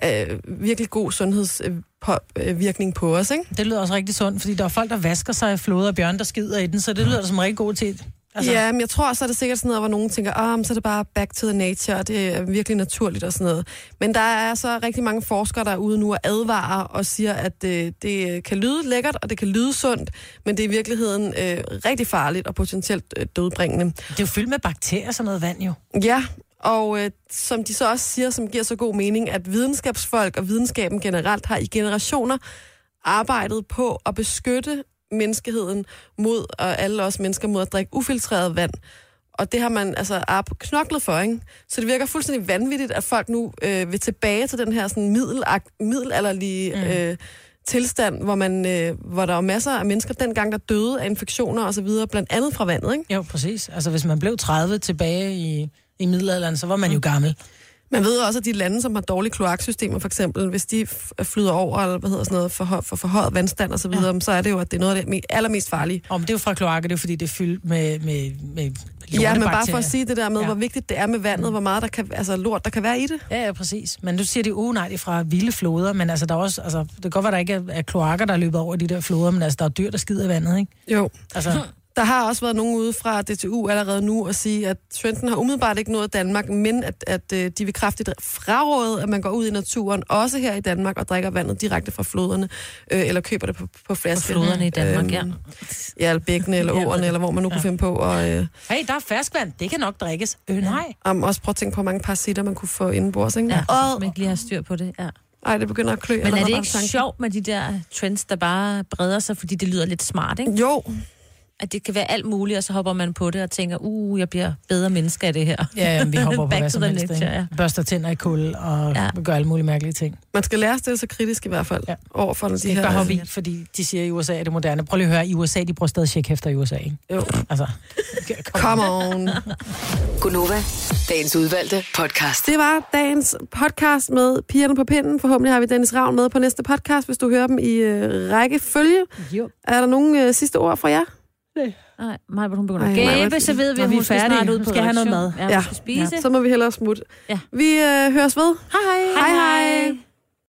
øh, virkelig god sundhedsværdi virkning på os, ikke?
Det lyder også rigtig sundt, fordi der er folk, der vasker sig i floder og bjørn, der skider i den, så det lyder da som en rigtig god til.
Altså... Ja, men jeg tror også, at det er sikkert sådan noget, hvor nogen tænker, ah, men så er det bare back to the nature, og det er virkelig naturligt og sådan noget. Men der er så rigtig mange forskere, der er ude nu og advarer og siger, at øh, det kan lyde lækkert, og det kan lyde sundt, men det er i virkeligheden øh, rigtig farligt og potentielt øh, dødbringende.
Det er jo fyldt med bakterier, sådan noget vand jo.
Ja, og øh, som de så også siger, som giver så god mening, at videnskabsfolk og videnskaben generelt har i generationer arbejdet på at beskytte menneskeheden mod, og alle os mennesker mod at drikke ufiltreret vand. Og det har man altså op knoklet for, ikke? Så det virker fuldstændig vanvittigt, at folk nu øh, vil tilbage til den her sådan middelagt, middelalderlige mm. øh, tilstand, hvor, man, øh, hvor der var masser af mennesker dengang, der døde af infektioner og så videre, blandt andet fra vandet, ikke?
Jo, præcis. Altså, hvis man blev 30 tilbage i, i middelalderen, så var man jo gammel.
Mm. Man ved også, at de lande, som har dårlige kloaksystemer, for eksempel, hvis de f- flyder over, eller hvad hedder sådan noget, for, hø- for forhøjet vandstand og så videre, ja. så er det jo, at det er noget af det me- allermest farlige.
Om det er jo fra kloakker, det er jo, fordi, det er fyldt med, med, med
Ja, men bare for at sige det der med, ja. hvor vigtigt det er med vandet, hvor meget der kan, altså, lort der kan være i det.
Ja, ja, præcis. Men du siger de, oh nej, det er fra vilde floder, men altså, der er også, altså, det kan godt være, der ikke er, er kloakker, der løber over de der floder, men altså, der er dyr, der skider i vandet, ikke?
Jo.
Altså,
der har også været nogen ude fra DTU allerede nu og sige, at trenden har umiddelbart ikke nået Danmark, men at, at øh, de vil kraftigt fraråde, at man går ud i naturen, også her i Danmark, og drikker vandet direkte fra floderne, øh, eller køber det på, på
På
flaske.
floderne i Danmark, øhm, ja.
Ja, eller bækkene, eller åerne, eller hvor man nu ja. kunne finde på. Og, øh,
hey, der er ferskvand, det kan nok drikkes. Øh, nej.
Om, også prøv at tænke på, hvor mange parasitter man kunne få indenbords, ikke?
Ja, og, man ikke lige har styr på det, ja.
Ej, det begynder at klø.
Men er det ikke tanken. sjovt med de der trends, der bare breder sig, fordi det lyder lidt smart, ikke?
Jo,
at det kan være alt muligt, og så hopper man på det og tænker, uh, jeg bliver bedre menneske af det her.
Ja, ja vi hopper på hvad som helst. Nature, ja. Børster tænder i kul og ja. gør alle mulige mærkelige ting.
Man skal lære sig så kritisk i hvert fald ja. over for de her...
Bare hoppe i, fordi de siger, at i USA er det moderne. Prøv lige at høre, i USA, de bruger stadig checkhæfter i USA, ikke?
Jo.
Altså,
kom come on.
Gunova, dagens udvalgte podcast.
Det var dagens podcast med pigerne på pinden. Forhåbentlig har vi Dennis Ravn med på næste podcast, hvis du hører dem i øh, rækkefølge.
Jo.
Er der nogle øh, sidste ord fra jer?
Nej, Maja, hun begynder at gabe, så ved vi, at hun skal snart ud på
skal have noget mad.
Ja, ja. Spise. ja,
så må vi hellere smutte. Ja. Vi øh, høres ved.
Hej hej.
Hej hej. hej.